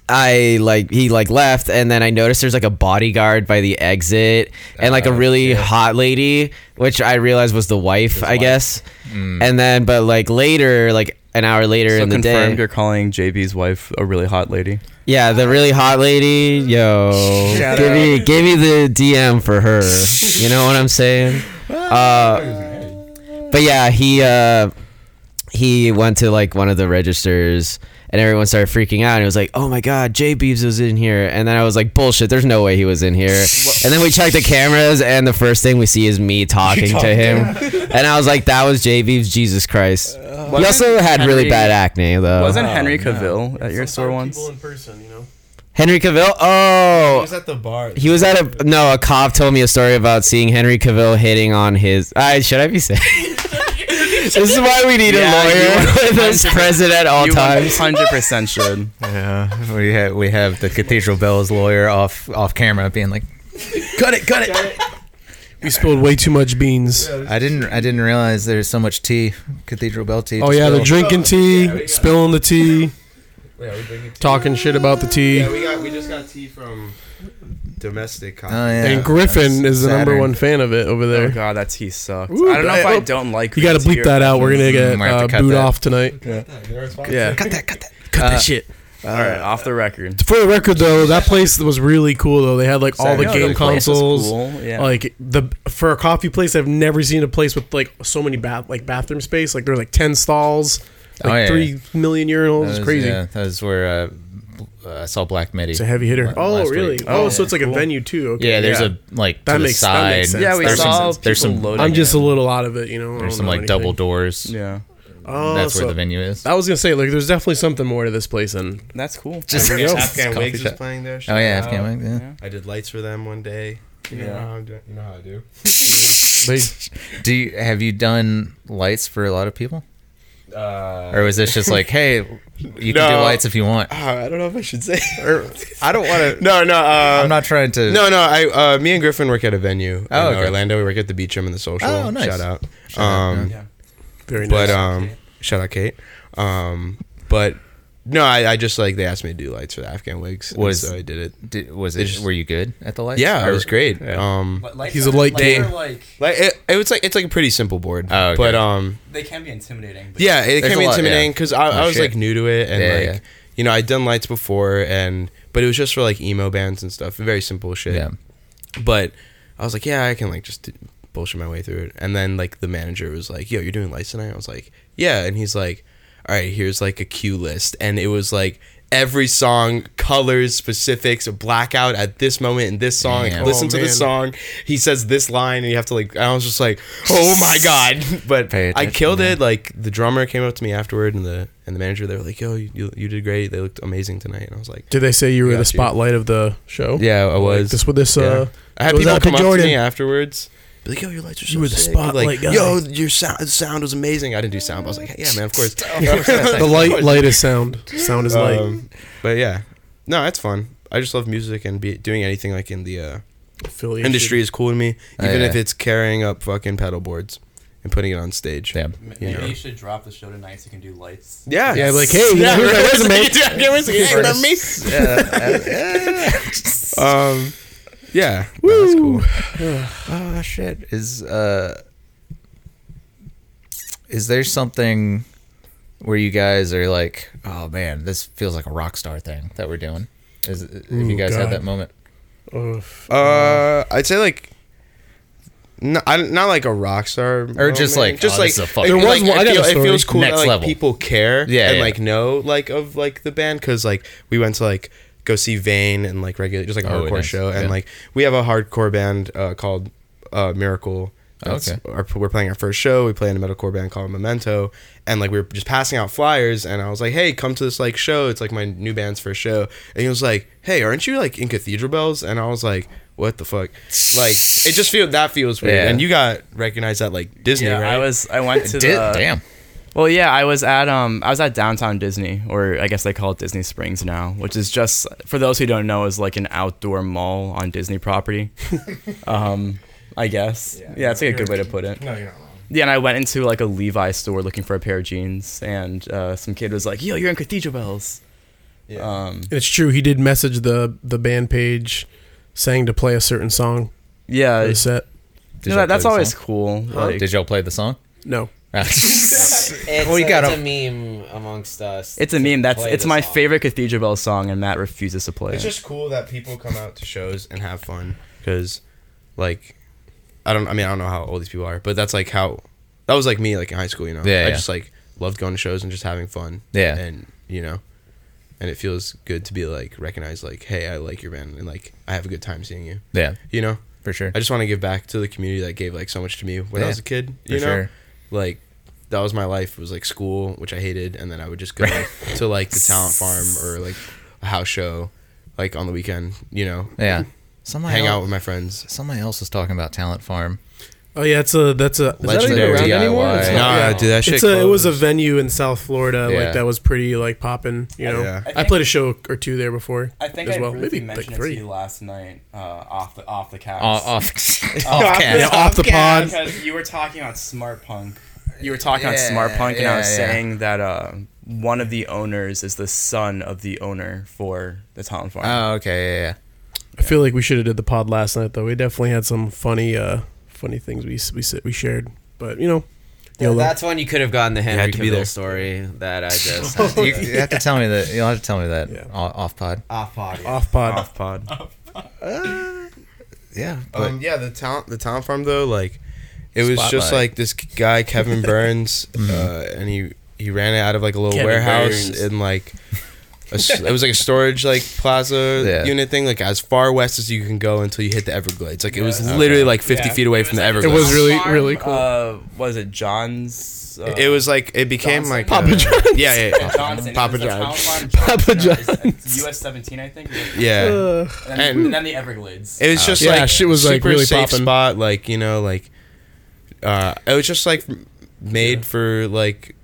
[SPEAKER 5] I like he like left, and then I noticed there's like a bodyguard by the exit, and like a
[SPEAKER 1] Oh,
[SPEAKER 5] really hot lady, which I realized was the wife, I guess. And then, but like later, like an hour later
[SPEAKER 7] So
[SPEAKER 5] in the
[SPEAKER 7] confirmed,
[SPEAKER 5] day,
[SPEAKER 7] you're calling JB's wife a really hot lady.
[SPEAKER 5] yeah, the really hot lady, yo,
[SPEAKER 4] Shout
[SPEAKER 5] give
[SPEAKER 4] out.
[SPEAKER 5] me give me the DM for her. You know what I'm saying? Uh, but yeah, he uh, he went to like one of the registers, and everyone started freaking out. And it was like, oh my god, Jay Beeves was in here. And then I was like, bullshit, there's no way he was in here. And then we checked the cameras, and the first thing we see is me talking to him. And I was like, that was Jay Beeves, Jesus Christ. he also had really
[SPEAKER 7] Henry-
[SPEAKER 5] bad acne though.
[SPEAKER 7] Wasn't Henry Cavill at your store once?
[SPEAKER 4] People in person, you know.
[SPEAKER 5] Henry Cavill? Oh,
[SPEAKER 6] He was at the bar.
[SPEAKER 5] He was at a no. A cop told me a story about seeing Henry Cavill hitting on his. I should I be saying? this is why we need
[SPEAKER 7] Yeah,
[SPEAKER 5] a
[SPEAKER 7] you
[SPEAKER 5] lawyer that's present at all
[SPEAKER 7] You
[SPEAKER 5] times.
[SPEAKER 7] 100% should. Oh,
[SPEAKER 1] Yeah, we have we have the Cathedral Bells lawyer off off camera being like, "Cut it, cut it."
[SPEAKER 4] We spilled way too much beans.
[SPEAKER 1] I didn't I didn't realize there's so much tea, Cathedral Bell tea.
[SPEAKER 4] Oh
[SPEAKER 1] to
[SPEAKER 4] yeah,
[SPEAKER 1] spill.
[SPEAKER 4] they're drinking tea,
[SPEAKER 6] we got-
[SPEAKER 4] spilling the tea,
[SPEAKER 6] Yeah, we drinking tea.
[SPEAKER 4] talking shit about the tea.
[SPEAKER 6] Yeah, we got. We just got tea from domestic. Coffee.
[SPEAKER 1] Oh, yeah.
[SPEAKER 4] and Griffin
[SPEAKER 1] That's
[SPEAKER 4] is the number
[SPEAKER 1] Saturn.
[SPEAKER 4] one fan of it over
[SPEAKER 7] Oh
[SPEAKER 4] there.
[SPEAKER 7] god, that tea sucked.
[SPEAKER 4] Ooh,
[SPEAKER 7] I don't know if
[SPEAKER 4] I-
[SPEAKER 7] I don't like.
[SPEAKER 4] you got to
[SPEAKER 7] green tea
[SPEAKER 4] bleep
[SPEAKER 7] or-
[SPEAKER 4] that out. We're gonna get
[SPEAKER 1] Might Mm, have to
[SPEAKER 4] uh,
[SPEAKER 1] cut
[SPEAKER 4] boot
[SPEAKER 1] that.
[SPEAKER 4] off tonight.
[SPEAKER 6] They're responsible.
[SPEAKER 4] Yeah,
[SPEAKER 1] Cut that, cut that.
[SPEAKER 4] cut
[SPEAKER 1] Uh,
[SPEAKER 4] that shit.
[SPEAKER 7] All right, off the record.
[SPEAKER 4] For the record, though, that place was really cool. Though they had like all the
[SPEAKER 7] No,
[SPEAKER 4] game
[SPEAKER 7] place is
[SPEAKER 4] consoles.
[SPEAKER 7] cool, Yeah.
[SPEAKER 4] Like the for a coffee place, I've never seen a place with like so many bath like bathroom space. Like there's like ten stalls,
[SPEAKER 1] Oh, yeah.
[SPEAKER 4] like three million
[SPEAKER 1] That
[SPEAKER 4] urinals. It's
[SPEAKER 1] was-
[SPEAKER 4] crazy.
[SPEAKER 1] Yeah, that was where uh, bl- uh, I saw Black Midi.
[SPEAKER 4] It's a heavy hitter.
[SPEAKER 1] la-
[SPEAKER 4] Oh,
[SPEAKER 1] last
[SPEAKER 4] really?
[SPEAKER 1] week.
[SPEAKER 4] Oh, so it's like a venue too. Okay.
[SPEAKER 1] Yeah, there's a like
[SPEAKER 4] That
[SPEAKER 1] to
[SPEAKER 4] makes-
[SPEAKER 1] the
[SPEAKER 4] that
[SPEAKER 1] side.
[SPEAKER 4] makes sense.
[SPEAKER 7] yeah, we
[SPEAKER 1] there's
[SPEAKER 7] saw
[SPEAKER 1] some, there's
[SPEAKER 7] people
[SPEAKER 1] some
[SPEAKER 7] loading
[SPEAKER 4] I'm just
[SPEAKER 7] it.
[SPEAKER 4] a little out of it, you know. I
[SPEAKER 1] there's
[SPEAKER 4] don't
[SPEAKER 1] some
[SPEAKER 4] know
[SPEAKER 1] like
[SPEAKER 4] anything.
[SPEAKER 1] double doors.
[SPEAKER 7] Yeah,
[SPEAKER 4] Oh,
[SPEAKER 1] That's where
[SPEAKER 4] so
[SPEAKER 1] the venue is.
[SPEAKER 4] I was gonna say like there's definitely something more to this place than
[SPEAKER 7] that's cool.
[SPEAKER 1] Just-
[SPEAKER 6] Afghan-
[SPEAKER 1] Yo.
[SPEAKER 6] Afghan
[SPEAKER 1] Coffee
[SPEAKER 6] Wigs was
[SPEAKER 1] shop.
[SPEAKER 6] playing there.
[SPEAKER 1] Oh
[SPEAKER 6] shout
[SPEAKER 1] yeah,
[SPEAKER 6] out.
[SPEAKER 1] Afghan Wing. Yeah.
[SPEAKER 7] Yeah.
[SPEAKER 6] I did lights for them one day. You know
[SPEAKER 7] Yeah.
[SPEAKER 6] how I'm doing- you know how I do.
[SPEAKER 4] they.
[SPEAKER 1] Do you have you done lights for a lot of people,
[SPEAKER 6] Uh,
[SPEAKER 1] or was this just like, hey, you can do
[SPEAKER 6] No. Uh,
[SPEAKER 1] lights if you want?
[SPEAKER 6] I don't know if I should say.
[SPEAKER 1] I don't want to.
[SPEAKER 6] no, no. Uh,
[SPEAKER 1] I'm not trying to.
[SPEAKER 6] No, no. I uh, me and Griffin work at a venue
[SPEAKER 1] Oh,
[SPEAKER 6] in
[SPEAKER 1] okay.
[SPEAKER 6] Orlando. We work at the Beach Room and the Social.
[SPEAKER 1] Oh, nice.
[SPEAKER 6] Shout out.
[SPEAKER 1] out,
[SPEAKER 6] um,
[SPEAKER 4] Very nice.
[SPEAKER 6] But um, shout out Kate. Um, but no, I, I just like they asked me to do lights for the Afghan wigs. and
[SPEAKER 1] Was-
[SPEAKER 6] so I did it.
[SPEAKER 1] Did, was it?
[SPEAKER 6] It's-
[SPEAKER 1] were you good at the lights?
[SPEAKER 6] Yeah,
[SPEAKER 1] Or-
[SPEAKER 6] it was great.
[SPEAKER 1] Yeah.
[SPEAKER 6] Um,
[SPEAKER 4] He's a light
[SPEAKER 6] game.
[SPEAKER 7] Like
[SPEAKER 6] like it, it was like it's like a pretty simple board.
[SPEAKER 1] Oh, okay.
[SPEAKER 6] But um,
[SPEAKER 7] they can be intimidating. But
[SPEAKER 6] yeah, it
[SPEAKER 1] There's
[SPEAKER 6] can
[SPEAKER 1] a
[SPEAKER 6] be
[SPEAKER 1] lot,
[SPEAKER 6] intimidating because I,
[SPEAKER 1] Oh,
[SPEAKER 6] I was
[SPEAKER 1] shit.
[SPEAKER 6] like new to it and
[SPEAKER 1] Yeah,
[SPEAKER 6] like
[SPEAKER 1] yeah.
[SPEAKER 6] you know I'd done lights before and but it was just for like emo bands and stuff. Very simple shit.
[SPEAKER 1] Yeah.
[SPEAKER 6] But I was like, yeah, I can like just do- bullshit my way through it. And then like the manager was like, yo, you're doing lights tonight. I was like, yeah. And he's like, all right, here's like a cue list, and it was like. Every song, colors, specifics, a blackout at this moment in this song.
[SPEAKER 1] Damn.
[SPEAKER 6] Listen
[SPEAKER 4] Oh,
[SPEAKER 6] to the
[SPEAKER 4] man.
[SPEAKER 6] song. He says this line, and you have to like. I was just like, "Oh my god!" But
[SPEAKER 1] Pay
[SPEAKER 6] I
[SPEAKER 1] attention,
[SPEAKER 6] killed
[SPEAKER 1] man.
[SPEAKER 6] it. Like the drummer came up to me afterward, and the and the manager, they were like, "Yo, you, you did great. They looked amazing tonight." And I was like,
[SPEAKER 4] Did they say you were
[SPEAKER 6] Got
[SPEAKER 4] the
[SPEAKER 6] you.
[SPEAKER 4] spotlight of the show?
[SPEAKER 6] "Yeah, I
[SPEAKER 4] Like,
[SPEAKER 6] was."
[SPEAKER 4] this with this.
[SPEAKER 6] Yeah.
[SPEAKER 4] Uh,
[SPEAKER 6] I had
[SPEAKER 4] goes
[SPEAKER 6] people
[SPEAKER 4] out to
[SPEAKER 6] come up to
[SPEAKER 4] Jordan.
[SPEAKER 6] me afterwards. Be like, yo, your lights are so
[SPEAKER 4] You were the
[SPEAKER 6] sick." Like,
[SPEAKER 4] spotlight guy.
[SPEAKER 6] Yo, your sound, the sound was amazing. I didn't do sound, but I was like, yeah, man, of course.
[SPEAKER 4] the light, light is sound. Sound is light.
[SPEAKER 6] Um, but yeah, no, it's fun. I just love music and be, doing anything like in the uh,
[SPEAKER 4] Affiliation.
[SPEAKER 6] industry is cool to me,
[SPEAKER 1] Oh,
[SPEAKER 6] even
[SPEAKER 1] yeah.
[SPEAKER 6] if it's carrying up fucking pedal boards and putting it on stage.
[SPEAKER 1] Yeah.
[SPEAKER 6] You know.
[SPEAKER 7] should drop the show tonight so you can do lights.
[SPEAKER 6] Yeah.
[SPEAKER 4] Yeah, like hey,
[SPEAKER 6] Yeah,
[SPEAKER 4] here's my
[SPEAKER 6] right.
[SPEAKER 4] resume.
[SPEAKER 6] Yeah, right. Hey,
[SPEAKER 4] Artist.
[SPEAKER 6] let me um, yeah, no, that's cool.
[SPEAKER 1] Oh shit! Is uh, is there something where you guys are like, oh man, this feels like a rock star thing that we're doing? Is if you
[SPEAKER 4] Ooh,
[SPEAKER 1] guys had
[SPEAKER 4] God.
[SPEAKER 1] that moment?
[SPEAKER 4] Oof.
[SPEAKER 6] Uh, I'd say like, no, I, not like a rock star,
[SPEAKER 1] Or just
[SPEAKER 6] moment.
[SPEAKER 1] like, "Oh, this is a fucking-
[SPEAKER 6] it,
[SPEAKER 1] There
[SPEAKER 4] was
[SPEAKER 6] like,
[SPEAKER 4] one- I
[SPEAKER 6] I
[SPEAKER 4] got a
[SPEAKER 6] feel, it
[SPEAKER 4] story.
[SPEAKER 6] feels cool
[SPEAKER 1] Next
[SPEAKER 6] that like
[SPEAKER 1] level.
[SPEAKER 6] people care,
[SPEAKER 1] Yeah,
[SPEAKER 6] and
[SPEAKER 1] yeah.
[SPEAKER 6] like know like of like the band because like we went to like go see Vane and like regular just like a
[SPEAKER 1] Oh,
[SPEAKER 6] hardcore
[SPEAKER 1] nice.
[SPEAKER 6] show, and
[SPEAKER 1] Yeah.
[SPEAKER 6] like we have a hardcore band uh, called uh, Miracle.
[SPEAKER 7] Oh,
[SPEAKER 6] That's
[SPEAKER 1] Okay.
[SPEAKER 6] our, we're playing our first show. We play in a metalcore band called Memento, and like we were just passing out flyers, and I was like, "Hey, come to this like show. It's like my new band's first show." And he was like, "Hey, aren't you like in Cathedral Bells?" And I was like, "What the fuck?" Like it just feel that feels weird.
[SPEAKER 1] Yeah.
[SPEAKER 6] And you got recognized at like Disney,
[SPEAKER 7] Yeah,
[SPEAKER 6] right?
[SPEAKER 7] I was. I went to
[SPEAKER 1] Did,
[SPEAKER 7] the.
[SPEAKER 1] damn.
[SPEAKER 7] Well, yeah, I was at um, I was at Downtown Disney, or I guess they call it Disney Springs now, which is just for those who don't know, is like an outdoor mall on Disney property. um, I guess. Yeah, it's like a good way to put it.
[SPEAKER 6] no, you're not wrong.
[SPEAKER 7] Yeah, and I went into like a Levi's store looking for a pair of jeans, and uh, some kid was like, "Yo, you're in Cathedral Bells."
[SPEAKER 6] Yeah.
[SPEAKER 7] Um,
[SPEAKER 4] It's true. He did message the the band page, saying to play a certain song
[SPEAKER 7] yeah,
[SPEAKER 4] for the set.
[SPEAKER 1] Did
[SPEAKER 7] you know,
[SPEAKER 1] y'all
[SPEAKER 7] that, that's
[SPEAKER 1] play the
[SPEAKER 7] always
[SPEAKER 1] song?
[SPEAKER 7] cool. Like,
[SPEAKER 1] Did y'all play the song?
[SPEAKER 4] No,
[SPEAKER 5] It's,
[SPEAKER 1] We
[SPEAKER 5] a,
[SPEAKER 1] got
[SPEAKER 5] it's a meme amongst us.
[SPEAKER 7] it's a meme. That's
[SPEAKER 5] play
[SPEAKER 7] it's
[SPEAKER 5] the
[SPEAKER 7] my
[SPEAKER 5] song.
[SPEAKER 7] favorite Cathedral Bells song, and Matt refuses to play
[SPEAKER 6] It's
[SPEAKER 7] it.
[SPEAKER 6] just cool that people come out to shows and have fun because, like, I don't. I mean, I don't know how old these people are, but that's like how that was like me, like in high school. You know,
[SPEAKER 1] Yeah,
[SPEAKER 6] I
[SPEAKER 1] yeah.
[SPEAKER 6] just like loved going to shows and just having fun.
[SPEAKER 1] Yeah.
[SPEAKER 6] and you know, and it feels good to be like recognized. Like, hey, I like your band, and like I have a good time seeing you.
[SPEAKER 1] Yeah,
[SPEAKER 6] You know,
[SPEAKER 1] for sure.
[SPEAKER 6] I just want to give back to the community that gave like so much to me when
[SPEAKER 1] Yeah,
[SPEAKER 6] I was a kid.
[SPEAKER 1] for
[SPEAKER 6] You know,
[SPEAKER 1] sure.
[SPEAKER 6] like that was my life was like school, which I hated, and then I would just go to like the talent farm or like a house show, like on the weekend. You know,
[SPEAKER 1] Yeah. Somebody
[SPEAKER 6] hang
[SPEAKER 1] el-
[SPEAKER 6] out with my friends.
[SPEAKER 1] Somebody else was talking about Talent Farm.
[SPEAKER 4] oh yeah, it's a that's a is that even
[SPEAKER 1] Legendary
[SPEAKER 4] around
[SPEAKER 1] DIY.
[SPEAKER 4] anymore? It's
[SPEAKER 1] No,
[SPEAKER 4] not- yeah.
[SPEAKER 6] dude, that shit
[SPEAKER 4] It's a, it was a
[SPEAKER 6] closed.
[SPEAKER 4] venue in South Florida
[SPEAKER 1] Yeah.
[SPEAKER 4] like that was pretty like popping. You know,
[SPEAKER 6] Oh, Yeah.
[SPEAKER 4] I, played a show or two there before.
[SPEAKER 7] I think
[SPEAKER 4] as
[SPEAKER 7] I
[SPEAKER 4] well.
[SPEAKER 7] briefly
[SPEAKER 4] Maybe like
[SPEAKER 7] mentioned it
[SPEAKER 4] three.
[SPEAKER 7] to you last night uh, off the off the couch.
[SPEAKER 1] Uh, off, off,
[SPEAKER 4] Yeah,
[SPEAKER 1] cast.
[SPEAKER 4] off the pod.
[SPEAKER 7] Because you were talking on Smart Punk. You were talking on
[SPEAKER 1] Yeah,
[SPEAKER 7] Smart Punk, and I was
[SPEAKER 1] yeah, yeah.
[SPEAKER 7] saying that uh, one of the owners is the son of the owner for the Talon Farm.
[SPEAKER 6] Uh,
[SPEAKER 1] Oh, okay. Yeah, yeah.
[SPEAKER 4] I feel like we should have did the pod last night though. We definitely had some funny uh funny things we s- we s- we shared. But you know,
[SPEAKER 5] Well, that's one you could have gotten the Henry
[SPEAKER 6] had to be there.
[SPEAKER 5] Cavill story that I just had
[SPEAKER 1] You, you have to tell me that. You'll have to tell me that
[SPEAKER 4] Oh, Yeah.
[SPEAKER 1] o- off pod.
[SPEAKER 5] off pod.
[SPEAKER 4] Off pod.
[SPEAKER 6] off pod.
[SPEAKER 1] Yeah, but
[SPEAKER 6] Um, yeah, the talent, the talent farm though, like it was just
[SPEAKER 1] Spotlight.
[SPEAKER 6] like this guy Kevin Burns, uh, and he he ran it out of like a little
[SPEAKER 7] Kevin
[SPEAKER 6] warehouse
[SPEAKER 7] Burns.
[SPEAKER 6] in like. A, s- it was like a storage like plaza
[SPEAKER 1] Yeah.
[SPEAKER 6] unit thing, like as far west as you can go until you hit the Everglades. Like it was literally like fifty
[SPEAKER 3] Yeah.
[SPEAKER 6] feet away from the
[SPEAKER 4] It
[SPEAKER 6] Everglades.
[SPEAKER 4] was really really cool.
[SPEAKER 7] Uh, was it John's? Uh,
[SPEAKER 6] It was like it became
[SPEAKER 7] Johnson?
[SPEAKER 6] like
[SPEAKER 4] Papa
[SPEAKER 6] a-
[SPEAKER 4] John's.
[SPEAKER 6] Yeah, yeah, yeah.
[SPEAKER 7] Johnson.
[SPEAKER 6] Papa
[SPEAKER 7] It was the town
[SPEAKER 6] John's.
[SPEAKER 7] farm,
[SPEAKER 4] Papa
[SPEAKER 7] Johnson, uh, it's-
[SPEAKER 4] John's.
[SPEAKER 7] US 17, I think.
[SPEAKER 6] Yeah.
[SPEAKER 4] Uh,
[SPEAKER 7] And,
[SPEAKER 6] And-
[SPEAKER 7] then, and then the Everglades.
[SPEAKER 6] It was just
[SPEAKER 4] Yeah,
[SPEAKER 6] like
[SPEAKER 4] shit was, like,
[SPEAKER 6] super
[SPEAKER 4] really
[SPEAKER 6] safe
[SPEAKER 4] poppin'.
[SPEAKER 6] spot, like you know, like uh, it was just like made for like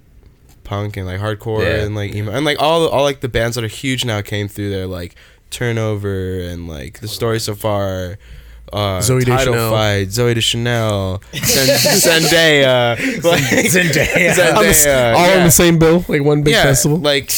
[SPEAKER 6] punk and like hardcore
[SPEAKER 1] Yeah.
[SPEAKER 6] and like emo and like all all like the bands that are huge now came through there, like Turnover and like the story so far. Uh,
[SPEAKER 4] Zoe
[SPEAKER 6] Tidal
[SPEAKER 4] Deschanel.
[SPEAKER 6] Fight, Zoe Deschanel, Zend- Zendaya, like,
[SPEAKER 1] Zendaya.
[SPEAKER 4] on the s- all
[SPEAKER 6] Zendaya,
[SPEAKER 4] on
[SPEAKER 6] yeah.
[SPEAKER 4] the same bill, like one big
[SPEAKER 6] yeah,
[SPEAKER 4] festival.
[SPEAKER 6] Like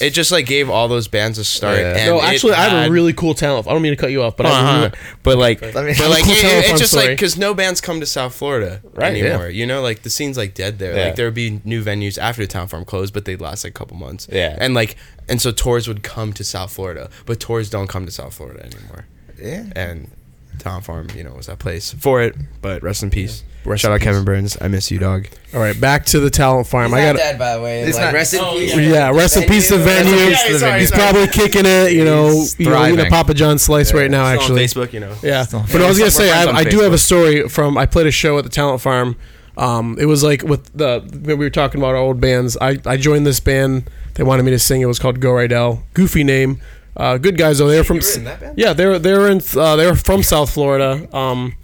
[SPEAKER 6] it just like gave all those bands a start.
[SPEAKER 1] Yeah.
[SPEAKER 6] And
[SPEAKER 4] no,
[SPEAKER 6] it
[SPEAKER 4] actually, I have
[SPEAKER 6] had-
[SPEAKER 4] a really cool talent. I don't mean to cut you off, but I have a
[SPEAKER 6] uh-huh.
[SPEAKER 4] really-
[SPEAKER 6] But like, but
[SPEAKER 1] me- Have a
[SPEAKER 6] like,
[SPEAKER 4] cool
[SPEAKER 6] it-
[SPEAKER 4] telephone
[SPEAKER 6] it's just
[SPEAKER 4] story.
[SPEAKER 6] like because no bands come to South Florida
[SPEAKER 1] Right, yeah.
[SPEAKER 6] anymore. You know, like the scene's like dead there.
[SPEAKER 1] Yeah.
[SPEAKER 6] Like there would be new venues after the Town Farm closed, but they'd last like a couple months.
[SPEAKER 1] Yeah.
[SPEAKER 6] and like, and so tours would come to South Florida, but tours don't come to South Florida anymore.
[SPEAKER 1] yeah.
[SPEAKER 6] And Town Farm, you know, was that place for it. But rest in peace. Shout out Kevin Burns. I miss you, dog.
[SPEAKER 4] all right, back to the talent farm. I got.
[SPEAKER 5] dead, by the way.
[SPEAKER 1] It's
[SPEAKER 5] like,
[SPEAKER 1] not-
[SPEAKER 5] rest in
[SPEAKER 7] Oh,
[SPEAKER 5] peace.
[SPEAKER 7] yeah.
[SPEAKER 4] Yeah, rest in peace to the
[SPEAKER 1] Rest in
[SPEAKER 4] venue.
[SPEAKER 1] peace to the venue.
[SPEAKER 4] He's probably kicking it, you know.
[SPEAKER 1] He's
[SPEAKER 4] You know, eating a
[SPEAKER 1] thriving.
[SPEAKER 4] Papa John slice right now, actually.
[SPEAKER 6] on Facebook, you know.
[SPEAKER 4] Yeah,
[SPEAKER 1] Still-
[SPEAKER 4] but I was
[SPEAKER 6] Yeah,
[SPEAKER 4] gonna
[SPEAKER 6] we're
[SPEAKER 4] say
[SPEAKER 6] friends
[SPEAKER 4] I,
[SPEAKER 6] on
[SPEAKER 4] I do have a
[SPEAKER 6] Facebook.
[SPEAKER 4] story from I played a show at the Talent Farm. Um, it was like with the we were talking about our old bands. I, I joined this band. They wanted me to sing. It was called Go Rydell. Goofy name. Uh, good guys though. They were from
[SPEAKER 6] were
[SPEAKER 4] S-
[SPEAKER 6] in that band?
[SPEAKER 4] yeah. They were they were in uh, they were from South Florida. Um,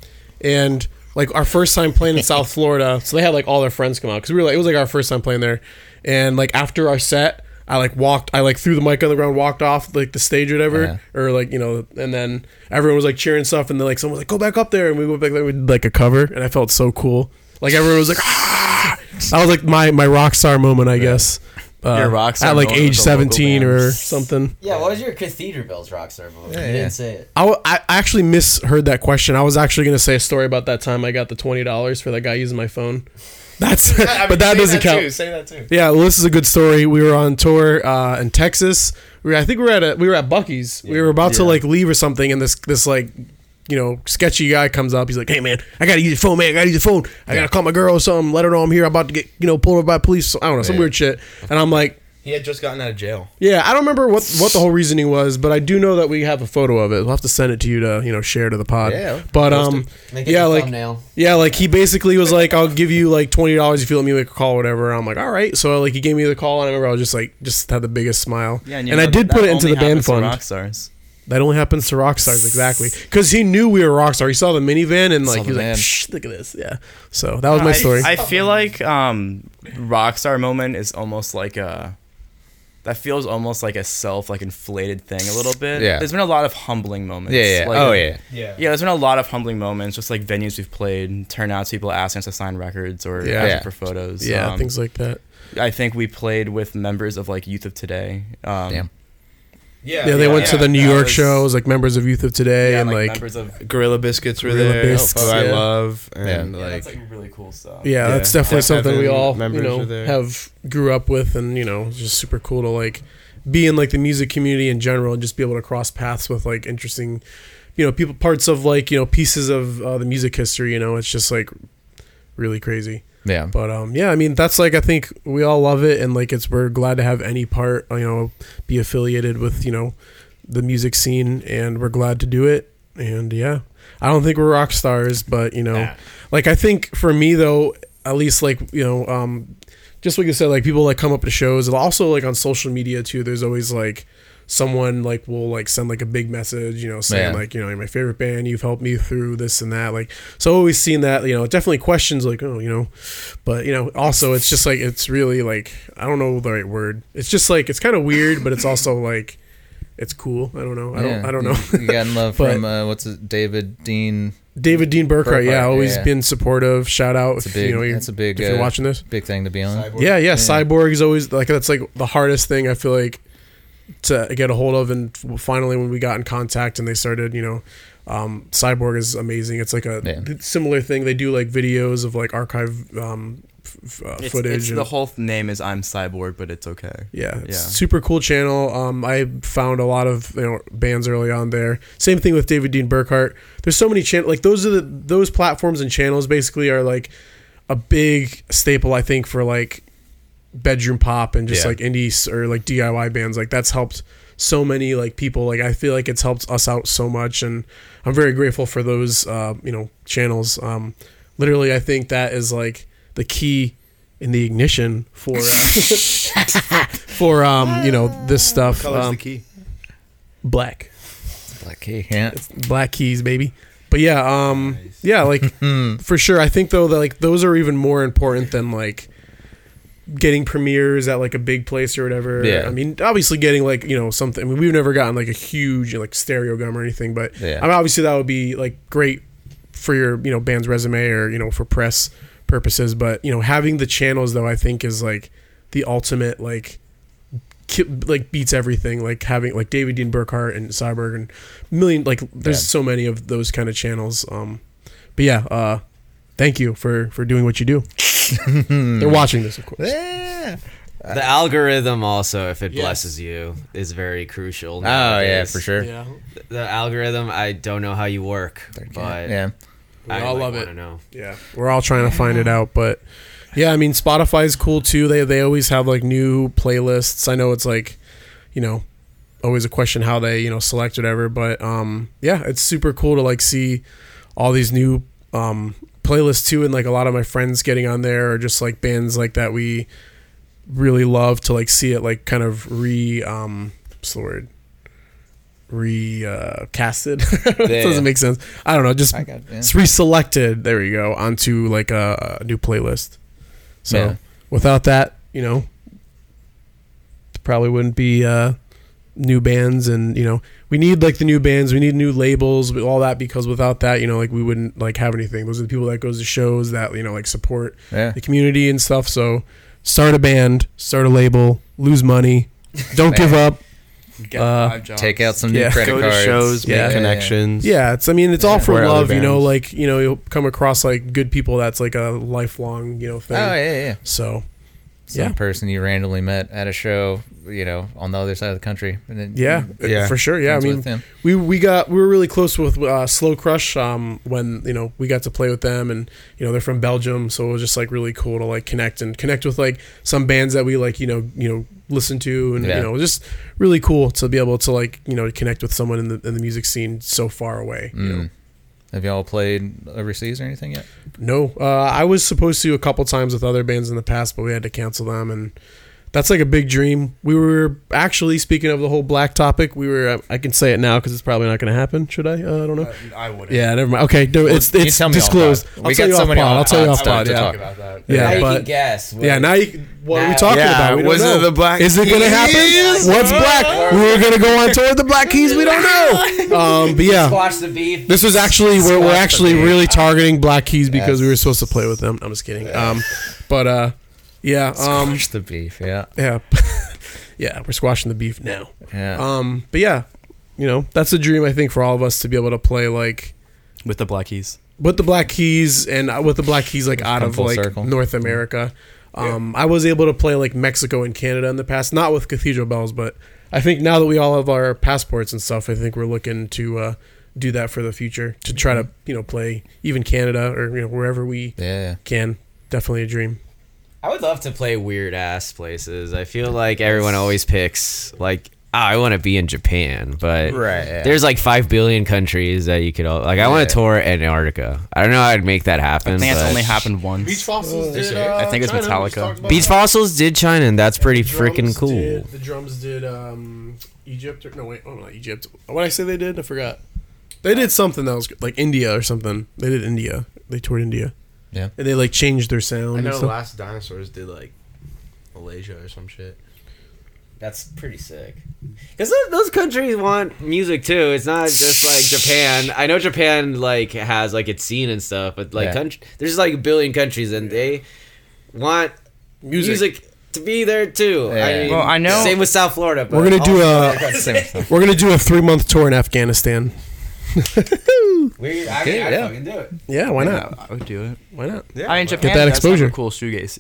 [SPEAKER 4] and like our first time playing in South Florida, so they had like all their friends come out because we were like it was like our first time playing there. And like after our set, I like walked. I like threw the mic on the ground, walked off like the stage or whatever
[SPEAKER 1] Yeah.
[SPEAKER 7] Uh-huh.
[SPEAKER 4] or like you know, and then everyone was like cheering stuff, and then like someone was like, "Go back up there," and we went back there with like a cover, and I felt so cool. Like everyone was like, "Ah!" I was like my my rock star moment, I guess. Uh,
[SPEAKER 7] Your rock star
[SPEAKER 4] at like
[SPEAKER 7] moment
[SPEAKER 4] age
[SPEAKER 7] with the local
[SPEAKER 4] seventeen or
[SPEAKER 7] band.
[SPEAKER 4] something.
[SPEAKER 5] Yeah, what was your Cathedral Bells rock star moment?
[SPEAKER 1] Yeah,
[SPEAKER 5] you
[SPEAKER 1] yeah.
[SPEAKER 5] didn't say it.
[SPEAKER 4] I, w- I actually misheard that question. I was actually gonna say a story about that time I got the twenty dollars for that guy using my phone. That's but that doesn't count.
[SPEAKER 6] say that too.
[SPEAKER 4] Yeah, well, this is a good story. We were on tour uh, in Texas. We were, I think we were at a, we were at Bucky's. We were about to like leave or something, and this this like you know sketchy guy comes up. He's like, "Hey man, I gotta use your phone, man. I gotta use your phone. I gotta call my girl or something. Let her know I'm here. I'm about to get you know pulled over by police. I don't know some
[SPEAKER 6] Yeah.
[SPEAKER 4] weird shit." And I'm like,
[SPEAKER 6] He had just gotten out of jail.
[SPEAKER 4] "Yeah, I don't remember what what the whole reasoning was, but I do know that we have a photo of it. We'll have to send it to you to you know share to the pod.
[SPEAKER 6] Yeah,
[SPEAKER 4] but
[SPEAKER 6] post
[SPEAKER 4] um,
[SPEAKER 5] Make it
[SPEAKER 4] yeah,
[SPEAKER 5] the
[SPEAKER 4] like
[SPEAKER 5] thumbnail.
[SPEAKER 4] yeah, like he basically was like, "I'll give you like twenty dollars if you let me make a call, or whatever." I'm like, "All right." So like he gave me the call, and I remember I was just like, just had the biggest smile.
[SPEAKER 7] Yeah,
[SPEAKER 4] and,
[SPEAKER 7] you
[SPEAKER 4] I
[SPEAKER 7] know
[SPEAKER 4] did
[SPEAKER 7] that
[SPEAKER 4] put it
[SPEAKER 7] only
[SPEAKER 4] into the band
[SPEAKER 7] happens to
[SPEAKER 4] fund.
[SPEAKER 7] Rock stars.
[SPEAKER 4] That only happens to rock stars exactly because he knew we were rock stars. He saw the minivan and like
[SPEAKER 1] the
[SPEAKER 4] he was
[SPEAKER 1] van.
[SPEAKER 4] like, Shh, "Look at this." Yeah. So that was my story.
[SPEAKER 7] Oh, I, I feel like um, rock star moment is almost like a. That feels almost like a self like inflated thing a little bit.
[SPEAKER 1] Yeah.
[SPEAKER 7] There's been a lot of humbling moments.
[SPEAKER 1] Yeah, yeah.
[SPEAKER 7] Like,
[SPEAKER 1] oh, yeah.
[SPEAKER 7] Yeah, there's been a lot of humbling moments, just like venues we've played, turnouts, people asking us to sign records or
[SPEAKER 4] Yeah.
[SPEAKER 7] asking
[SPEAKER 1] Yeah.
[SPEAKER 7] for photos.
[SPEAKER 4] yeah,
[SPEAKER 7] Um,
[SPEAKER 4] things like that.
[SPEAKER 7] I think we played with members of like Youth of Today. Um,
[SPEAKER 1] Damn.
[SPEAKER 4] Yeah, they went to the New
[SPEAKER 7] that
[SPEAKER 4] York
[SPEAKER 7] was-
[SPEAKER 4] shows, like members of Youth of Today,
[SPEAKER 7] Yeah,
[SPEAKER 4] and
[SPEAKER 7] like,
[SPEAKER 4] like,
[SPEAKER 7] members of
[SPEAKER 6] Gorilla Biscuits were
[SPEAKER 4] Gorilla
[SPEAKER 6] there. Oh,
[SPEAKER 4] Biscuits,
[SPEAKER 6] who I
[SPEAKER 4] yeah.
[SPEAKER 6] love and
[SPEAKER 1] Yeah,
[SPEAKER 7] yeah,
[SPEAKER 6] like
[SPEAKER 7] that's like really cool stuff.
[SPEAKER 4] yeah,
[SPEAKER 6] Yeah.
[SPEAKER 4] that's definitely
[SPEAKER 6] Yeah,
[SPEAKER 4] something we
[SPEAKER 6] having
[SPEAKER 4] all you
[SPEAKER 6] members
[SPEAKER 4] know
[SPEAKER 6] are there.
[SPEAKER 4] have grew up with, and you know, it's just super cool to like be in like the music community in general, and just be able to cross paths with like interesting, you know, people parts of like you know pieces of uh, the music history. You know, it's just like really crazy.
[SPEAKER 1] Yeah.
[SPEAKER 4] But um, yeah, I mean, that's like I think we all love it, and like it's we're glad to have any part, you know, be affiliated with you know the music scene, and we're glad to do it. And yeah, I don't think we're rock stars, but you know, like I think for me though, at least like you know, um, just like you said, like people like come up to shows, and also like on social media too. There's always like someone like will like send like a big message, you know, saying
[SPEAKER 1] Yeah.
[SPEAKER 4] like you know you're my favorite band, you've helped me through this and that. Like so, I've always seen that. You know, definitely questions like oh you know, but you know also it's just like it's really like I don't know the right word. It's just like it's kind of weird, but it's also like it's cool. I don't know. I don't.
[SPEAKER 1] Yeah.
[SPEAKER 4] I don't know.
[SPEAKER 1] You, you got in love
[SPEAKER 4] But-
[SPEAKER 1] from uh, what's it, David Dean?
[SPEAKER 4] David Dean Burkhart, yeah,
[SPEAKER 1] Burkhart,
[SPEAKER 4] always
[SPEAKER 1] yeah.
[SPEAKER 4] been supportive. Shout out
[SPEAKER 1] It's a
[SPEAKER 4] if
[SPEAKER 1] big.
[SPEAKER 4] you know you're,
[SPEAKER 1] that's a big.
[SPEAKER 4] if you're
[SPEAKER 1] uh,
[SPEAKER 4] watching this.
[SPEAKER 1] big thing to be on.
[SPEAKER 4] Yeah, yeah, Cyborg is always like that's like the hardest thing I feel like to get a hold of, and finally when we got in contact and they started, you know, um, Cyborg is amazing. It's like a
[SPEAKER 1] Yeah.
[SPEAKER 4] similar thing. They do like videos of like archive um, f- uh,
[SPEAKER 7] It's,
[SPEAKER 4] footage.
[SPEAKER 7] it's
[SPEAKER 4] and-
[SPEAKER 7] the whole name is I'm Cyborg, but it's okay.
[SPEAKER 4] yeah, it's
[SPEAKER 7] Yeah.
[SPEAKER 4] super cool channel. Um, I found a lot of you know bands early on there. Same thing with David Dean Burkhart. There's so many channels like those are the those platforms and channels basically are like a big staple I think for like bedroom pop and just
[SPEAKER 6] Yeah.
[SPEAKER 4] like indies or like DIY bands. Like that's helped so many like people. Like I feel like it's helped us out so much, and I'm very grateful for those uh, you know channels. Um, literally, I think that is like the key in the ignition for uh, for um you know this stuff.
[SPEAKER 6] Color's
[SPEAKER 4] Um,
[SPEAKER 6] the key.
[SPEAKER 4] black
[SPEAKER 1] Black key. Yeah.
[SPEAKER 4] black keys, baby. But yeah, um, yeah, like
[SPEAKER 1] hmm.
[SPEAKER 4] for sure. I think though that like those are even more important than like getting premieres at like a big place or whatever.
[SPEAKER 1] Yeah.
[SPEAKER 4] I mean, obviously getting like you know something. I mean, we've never gotten like a huge like stereo gum or anything, but
[SPEAKER 1] Yeah.
[SPEAKER 4] I mean, obviously that would be like great for your you know band's resume or you know for press purposes. But you know having the channels though, I think is like the ultimate like ki- like beats everything like having like David Dean Burkhart and Cyborg and million like there's
[SPEAKER 1] Yeah.
[SPEAKER 4] so many of those kind of channels um but yeah uh thank you for for doing what you do they're watching this of course
[SPEAKER 1] Yeah.
[SPEAKER 5] The algorithm also, if it
[SPEAKER 4] Yes.
[SPEAKER 5] blesses you, is very crucial.
[SPEAKER 1] Oh yeah,
[SPEAKER 5] nowadays.
[SPEAKER 1] for sure.
[SPEAKER 4] yeah
[SPEAKER 5] The algorithm, I don't know how you work, but
[SPEAKER 1] Yeah.
[SPEAKER 5] I
[SPEAKER 4] all
[SPEAKER 5] like,
[SPEAKER 4] love it.
[SPEAKER 5] wanna Know.
[SPEAKER 4] yeah we're all trying to find it out but yeah i mean spotify is cool too they they always have like new playlists i know it's like you know always a question how they you know select whatever but um yeah it's super cool to like see all these new um playlists too and like a lot of my friends getting on there or just like bands like that we really love to like see it like kind of re um what's the word re uh casted doesn't make sense i don't know just
[SPEAKER 1] I got- yeah.
[SPEAKER 4] it's reselected there you go onto like a, a new playlist so
[SPEAKER 1] Yeah.
[SPEAKER 4] without that you know probably wouldn't be uh new bands and you know we need like the new bands we need new labels but all that because without that you know like we wouldn't like have anything those are the people that goes to shows that you know like support
[SPEAKER 1] Yeah.
[SPEAKER 4] the community and stuff so start a band start a label lose money don't give up
[SPEAKER 7] Get
[SPEAKER 4] Uh,
[SPEAKER 7] five jobs.
[SPEAKER 1] Take out some new
[SPEAKER 4] Yeah.
[SPEAKER 1] credit
[SPEAKER 6] Go to
[SPEAKER 1] cards.
[SPEAKER 6] shows,
[SPEAKER 4] Yeah.
[SPEAKER 6] make
[SPEAKER 4] Yeah.
[SPEAKER 6] connections.
[SPEAKER 4] yeah it's i mean it's all for
[SPEAKER 1] Or other
[SPEAKER 4] love you know
[SPEAKER 1] bands.
[SPEAKER 4] like you know you'll come across like good people that's like a lifelong you know
[SPEAKER 1] Oh
[SPEAKER 4] thing
[SPEAKER 1] yeah, yeah.
[SPEAKER 4] so
[SPEAKER 1] Some
[SPEAKER 4] Yeah.
[SPEAKER 1] person you randomly met at a show, you know, on the other side of the country, and then
[SPEAKER 4] yeah,
[SPEAKER 6] Yeah.
[SPEAKER 4] for sure yeah i
[SPEAKER 1] friends
[SPEAKER 4] mean
[SPEAKER 1] with them.
[SPEAKER 4] we we got we were really close with uh, Slow Crush um, when you know we got to play with them and you know they're from Belgium so it was just like really cool to like connect and connect with like some bands that we like you know you know listen to and
[SPEAKER 1] Yeah.
[SPEAKER 4] you know just really cool to be able to like you know connect with someone in the in the music scene so far away. you know.
[SPEAKER 1] Mm. Have y'all played overseas or anything yet?
[SPEAKER 4] No, uh, I was supposed to a couple times with other bands in the past, but we had to cancel them, and that's like a big dream. We were actually speaking of the whole black topic. We were I can say it now because it's probably not going to happen. Should I? Uh, I don't know.
[SPEAKER 6] Uh, I wouldn't.
[SPEAKER 4] Yeah, never mind. Okay, no, it's
[SPEAKER 1] you
[SPEAKER 4] it's
[SPEAKER 1] tell me off
[SPEAKER 4] disclosed.
[SPEAKER 1] pod.
[SPEAKER 4] I'll
[SPEAKER 1] We
[SPEAKER 4] tell
[SPEAKER 1] got
[SPEAKER 4] you off
[SPEAKER 1] somebody
[SPEAKER 4] pod.
[SPEAKER 1] on
[SPEAKER 4] I'll tell you
[SPEAKER 1] hot
[SPEAKER 4] off
[SPEAKER 1] spot
[SPEAKER 4] pod.
[SPEAKER 1] to
[SPEAKER 4] Yeah,
[SPEAKER 1] talk
[SPEAKER 6] About that.
[SPEAKER 4] yeah,
[SPEAKER 5] Now you can
[SPEAKER 4] but
[SPEAKER 5] guess. what-
[SPEAKER 4] yeah, now you. What are we
[SPEAKER 5] Now-
[SPEAKER 4] talking
[SPEAKER 6] Yeah,
[SPEAKER 4] about? We don't
[SPEAKER 6] was
[SPEAKER 4] know.
[SPEAKER 6] it the Black
[SPEAKER 4] Is it gonna happen?
[SPEAKER 6] Keys?
[SPEAKER 4] What's black? We were gonna go on tour with the Black Keys. We don't know. Um, but yeah,
[SPEAKER 5] Squash the beef.
[SPEAKER 4] this was actually we're, we're
[SPEAKER 5] Squash the
[SPEAKER 4] actually
[SPEAKER 5] beef.
[SPEAKER 4] really targeting Black Keys because we were supposed to play with them. I'm just kidding. Um, but uh, yeah, um,
[SPEAKER 1] Squash the beef. Yeah,
[SPEAKER 4] yeah, yeah, we're squashing the beef now.
[SPEAKER 1] yeah.
[SPEAKER 4] Um, but yeah, you know that's a dream I think for all of us to be able to play like
[SPEAKER 7] with the Black Keys.
[SPEAKER 4] with the black keys and uh, with the black keys like out
[SPEAKER 1] Come
[SPEAKER 4] of
[SPEAKER 1] full
[SPEAKER 4] like
[SPEAKER 1] circle. Mm-hmm.
[SPEAKER 4] north america um, i was able to play like mexico and canada in the past not with cathedral bells but i think now that we all have our passports and stuff i think we're looking to uh, do that for the future to try to you know play even canada or you know wherever we
[SPEAKER 1] Mm-hmm. yeah,
[SPEAKER 4] can definitely a dream
[SPEAKER 5] I would love to play weird ass places. I feel like everyone always picks like "Ah, I want to be in Japan, but
[SPEAKER 1] Right, yeah.
[SPEAKER 5] there's like five billion countries that you could all like. I want to tour Antarctica. I don't know how I'd make that happen.
[SPEAKER 7] I think that's
[SPEAKER 5] but-
[SPEAKER 7] only happened once.
[SPEAKER 4] fossils
[SPEAKER 6] did, uh,
[SPEAKER 7] I think it's China, we Metallica. just talked
[SPEAKER 5] Beach fossils did China, and that's pretty freaking cool.
[SPEAKER 4] the drums did um, egypt or no wait oh not egypt what i say they did i forgot they did something that was good, like india or something they did india they toured india
[SPEAKER 1] Yeah.
[SPEAKER 4] and they like changed their sound
[SPEAKER 6] I
[SPEAKER 4] and
[SPEAKER 6] know
[SPEAKER 4] stuff.
[SPEAKER 6] Last Dinosaurs did like Malaysia or some shit.
[SPEAKER 5] That's pretty sick. Because those countries want music too. It's not just like Japan. I know Japan like has like its scene and stuff, but like
[SPEAKER 1] Yeah.
[SPEAKER 5] country, there's like a billion countries, and they want music. to be there too.
[SPEAKER 1] Yeah.
[SPEAKER 5] I mean,
[SPEAKER 7] Well, I know-
[SPEAKER 5] Same with South Florida. But
[SPEAKER 6] Oh,
[SPEAKER 4] We're gonna do
[SPEAKER 5] all-
[SPEAKER 4] a
[SPEAKER 1] yeah. Same stuff.
[SPEAKER 4] we're gonna do a three month tour in Afghanistan.
[SPEAKER 6] We, I,
[SPEAKER 1] Okay,
[SPEAKER 6] I
[SPEAKER 1] yeah.
[SPEAKER 6] fucking do it.
[SPEAKER 4] Yeah, why not?
[SPEAKER 7] I would do it.
[SPEAKER 4] Why not?
[SPEAKER 6] Yeah.
[SPEAKER 7] I in
[SPEAKER 6] why not?
[SPEAKER 7] Japan.
[SPEAKER 4] that
[SPEAKER 7] that's kind
[SPEAKER 4] exposure.
[SPEAKER 7] of a cool shoegaze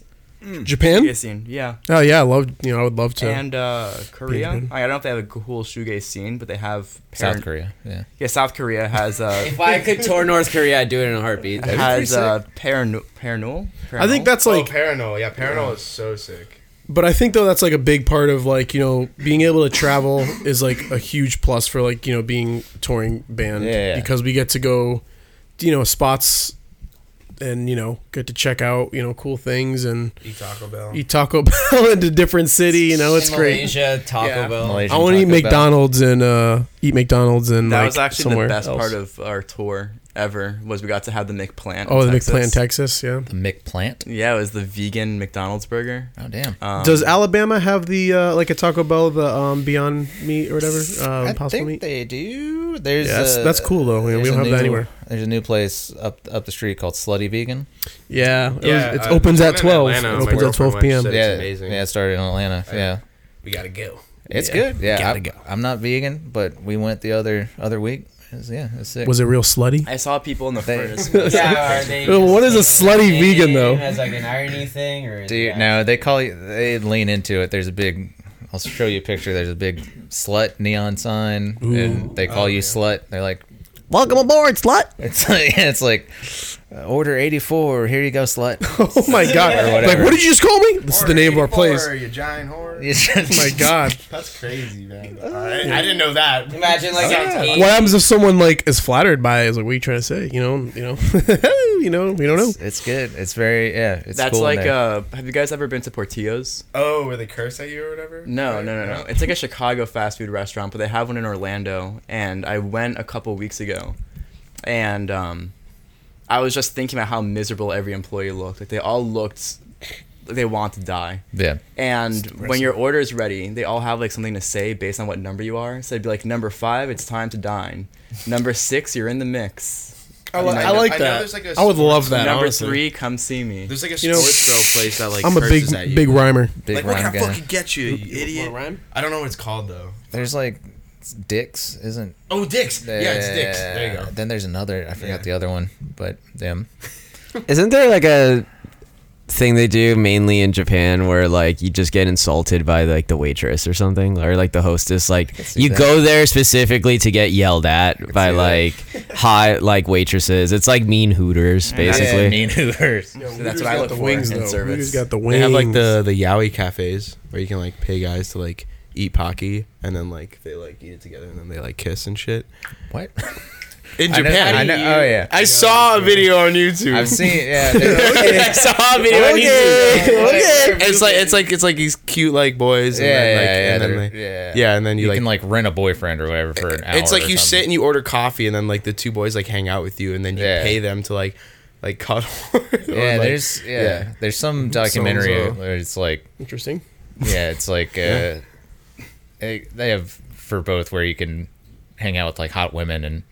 [SPEAKER 4] Japan?
[SPEAKER 7] shoegaze scene. Yeah.
[SPEAKER 4] Oh yeah, I love you know I would love to.
[SPEAKER 7] and uh, Korea.
[SPEAKER 4] Beijing.
[SPEAKER 7] I don't know if they have a cool shoegaze scene, but they have
[SPEAKER 1] South
[SPEAKER 7] parent-
[SPEAKER 1] Korea. Yeah.
[SPEAKER 7] Yeah, South Korea has uh,
[SPEAKER 5] If I could tour North Korea, I'd do it in a heartbeat. That'd be
[SPEAKER 7] has
[SPEAKER 5] pretty
[SPEAKER 7] uh, parano- paranoid.
[SPEAKER 4] I think that's
[SPEAKER 6] Oh,
[SPEAKER 4] like
[SPEAKER 6] Paranol. Yeah, Paranol is so sick.
[SPEAKER 4] But I think though that's like a big part of like you know being able to travel is like a huge plus for like you know being a touring band
[SPEAKER 1] Yeah, yeah.
[SPEAKER 4] because we get to go, you know, spots, and you know get to check out you know cool things and
[SPEAKER 6] Eat Taco Bell.
[SPEAKER 4] eat Taco Bell in a different city. You know,
[SPEAKER 5] sick.
[SPEAKER 4] it's
[SPEAKER 5] In
[SPEAKER 4] great.
[SPEAKER 5] Malaysia, Taco
[SPEAKER 4] Yeah.
[SPEAKER 5] Bell.
[SPEAKER 1] Malaysian
[SPEAKER 4] I want to eat
[SPEAKER 1] Taco Bell.
[SPEAKER 4] McDonald's and uh, eat McDonald's and
[SPEAKER 7] that
[SPEAKER 4] like,
[SPEAKER 7] was actually
[SPEAKER 4] somewhere
[SPEAKER 7] the best
[SPEAKER 4] else.
[SPEAKER 7] part of our tour ever was we got to have the McPlant. in
[SPEAKER 4] Oh, the
[SPEAKER 7] Texas.
[SPEAKER 4] McPlant, Texas. Yeah.
[SPEAKER 1] The McPlant.
[SPEAKER 7] Yeah, it was the vegan McDonald's burger.
[SPEAKER 1] Oh damn.
[SPEAKER 7] Um,
[SPEAKER 4] Does Alabama have the uh, like a Taco Bell the um, Beyond Meat or whatever uh, Impossible Meat?
[SPEAKER 1] they do. There's
[SPEAKER 4] Yeah, that's- that's cool, though. Yeah, we
[SPEAKER 1] there's
[SPEAKER 4] don't
[SPEAKER 1] a
[SPEAKER 4] have that
[SPEAKER 1] new-
[SPEAKER 4] anywhere.
[SPEAKER 1] There's a new place up up the street called Slutty Vegan.
[SPEAKER 4] Yeah, it,
[SPEAKER 6] Yeah,
[SPEAKER 4] was, it
[SPEAKER 6] uh,
[SPEAKER 4] opens
[SPEAKER 6] one
[SPEAKER 4] at
[SPEAKER 6] in
[SPEAKER 4] twelve.
[SPEAKER 6] Atlanta,
[SPEAKER 4] it
[SPEAKER 6] my
[SPEAKER 4] opens at
[SPEAKER 6] girlfriend
[SPEAKER 4] twelve
[SPEAKER 6] went, she
[SPEAKER 4] p.m.
[SPEAKER 6] said- It's
[SPEAKER 1] yeah,
[SPEAKER 6] amazing.
[SPEAKER 1] yeah, it started in Atlanta.
[SPEAKER 6] Yeah.
[SPEAKER 1] yeah,
[SPEAKER 6] We gotta go.
[SPEAKER 1] it's
[SPEAKER 4] Yeah.
[SPEAKER 1] good. Yeah,
[SPEAKER 4] Gotta
[SPEAKER 1] I,
[SPEAKER 4] go.
[SPEAKER 1] I'm not vegan, but we went the other other week. It was- yeah, it's sick.
[SPEAKER 4] Was it real slutty?
[SPEAKER 7] I saw people in the
[SPEAKER 1] They-
[SPEAKER 7] furnace.
[SPEAKER 5] Yeah, are they
[SPEAKER 4] Well,
[SPEAKER 5] just
[SPEAKER 4] what is a
[SPEAKER 5] saying
[SPEAKER 4] slutty
[SPEAKER 5] that
[SPEAKER 4] vegan, though?
[SPEAKER 5] As like an irony thing, or is
[SPEAKER 1] Dude,
[SPEAKER 5] that-
[SPEAKER 1] no, they call you. They lean into it. There's a big. I'll show you a picture. There's a big slut neon sign, and they call you slut. They're like,
[SPEAKER 4] Welcome aboard, slut.
[SPEAKER 1] it's like, it's like, uh, order eighty four. Here you go, slut.
[SPEAKER 4] Oh my god!
[SPEAKER 1] Or
[SPEAKER 4] like,
[SPEAKER 1] whatever.
[SPEAKER 4] what did you just call me? This is the name of our
[SPEAKER 6] 484,
[SPEAKER 4] place. Oh
[SPEAKER 6] You giant whore.
[SPEAKER 4] my god!
[SPEAKER 6] That's crazy, man. I, I didn't know that.
[SPEAKER 5] Imagine like an eight-
[SPEAKER 4] What happens if someone like is flattered by? It? Is like, what are you trying to say? You know, you know, you know, we don't know.
[SPEAKER 1] It's, it's good. It's very yeah. It's
[SPEAKER 7] That's
[SPEAKER 1] cool in
[SPEAKER 7] like
[SPEAKER 1] there.
[SPEAKER 7] uh, have you guys ever been to Portillo's?
[SPEAKER 6] Oh, where they curse at you or whatever?
[SPEAKER 7] No, no, no, no. It's like a Chicago fast food restaurant, but they have one in Orlando. And I went a couple weeks ago, and um, I was just thinking about how miserable every employee looked. Like they all looked like they want to die.
[SPEAKER 1] yeah.
[SPEAKER 7] And when your order is ready, they all have like something to say based on what number you are. So it'd be like number five, it's time to dine. Number six, you're in the mix.
[SPEAKER 4] I, li-
[SPEAKER 7] I
[SPEAKER 4] I
[SPEAKER 7] know-
[SPEAKER 4] like
[SPEAKER 6] I know
[SPEAKER 4] that.
[SPEAKER 6] there's, like, a
[SPEAKER 4] I would love
[SPEAKER 6] sports-
[SPEAKER 4] that.
[SPEAKER 7] number
[SPEAKER 4] honestly.
[SPEAKER 7] three, come see me.
[SPEAKER 6] There's like a
[SPEAKER 4] You know,
[SPEAKER 6] sports girl place that like
[SPEAKER 4] I'm a
[SPEAKER 6] curses
[SPEAKER 4] big,
[SPEAKER 6] at you.
[SPEAKER 4] big rhymer.
[SPEAKER 1] Big
[SPEAKER 6] like, we're
[SPEAKER 1] rhyme
[SPEAKER 6] gonna
[SPEAKER 1] guy.
[SPEAKER 6] fucking get you, you idiot. I don't know what it's called though.
[SPEAKER 1] There's like dicks, isn't?
[SPEAKER 6] Oh, dicks.
[SPEAKER 1] There?
[SPEAKER 6] yeah, it's dicks. There you go.
[SPEAKER 1] Then there's another. I forgot
[SPEAKER 6] Yeah.
[SPEAKER 1] the other one, but them.
[SPEAKER 5] Isn't there like a thing they do mainly in Japan where like you just get insulted by like the waitress or something or like the hostess like
[SPEAKER 1] see
[SPEAKER 5] you
[SPEAKER 1] that.
[SPEAKER 5] go there specifically to get yelled at by
[SPEAKER 1] see that.
[SPEAKER 5] like high like waitresses. It's like mean hooters basically.
[SPEAKER 1] Yeah, mean hooters.
[SPEAKER 7] that's what I look
[SPEAKER 4] the
[SPEAKER 7] for
[SPEAKER 4] wings,
[SPEAKER 7] in
[SPEAKER 4] though.
[SPEAKER 7] service.
[SPEAKER 4] Who's got the wings?
[SPEAKER 6] They have like the the yaoi cafes where you can like pay guys to like eat pocky and then like they like eat it together and then they like kiss and shit.
[SPEAKER 1] What?
[SPEAKER 6] In
[SPEAKER 1] I know-
[SPEAKER 6] Japan,
[SPEAKER 1] I know- oh yeah.
[SPEAKER 6] I saw a video on YouTube.
[SPEAKER 1] I've seen. Yeah. they're-
[SPEAKER 6] I saw a video on
[SPEAKER 1] Okay.
[SPEAKER 6] YouTube.
[SPEAKER 1] Okay.
[SPEAKER 6] And It's like it's like it's like these cute like boys. And
[SPEAKER 1] Yeah,
[SPEAKER 6] then, like,
[SPEAKER 1] yeah, yeah,
[SPEAKER 6] and
[SPEAKER 1] they're-
[SPEAKER 6] then they,
[SPEAKER 1] yeah.
[SPEAKER 6] yeah, and then you,
[SPEAKER 1] you
[SPEAKER 6] like,
[SPEAKER 1] can like rent a boyfriend or whatever for an hour.
[SPEAKER 6] it's like
[SPEAKER 1] or
[SPEAKER 6] you sit
[SPEAKER 1] something.
[SPEAKER 6] and you order coffee and then like the two boys like hang out with you and then you
[SPEAKER 1] Yeah.
[SPEAKER 6] pay them to like like cuddle. Or,
[SPEAKER 1] Yeah,
[SPEAKER 6] like-
[SPEAKER 1] there's yeah, there's some documentary
[SPEAKER 6] So-and-so.
[SPEAKER 1] where it's like
[SPEAKER 4] interesting.
[SPEAKER 1] yeah, it's like uh, they, they have for both where you can hang out with like hot women and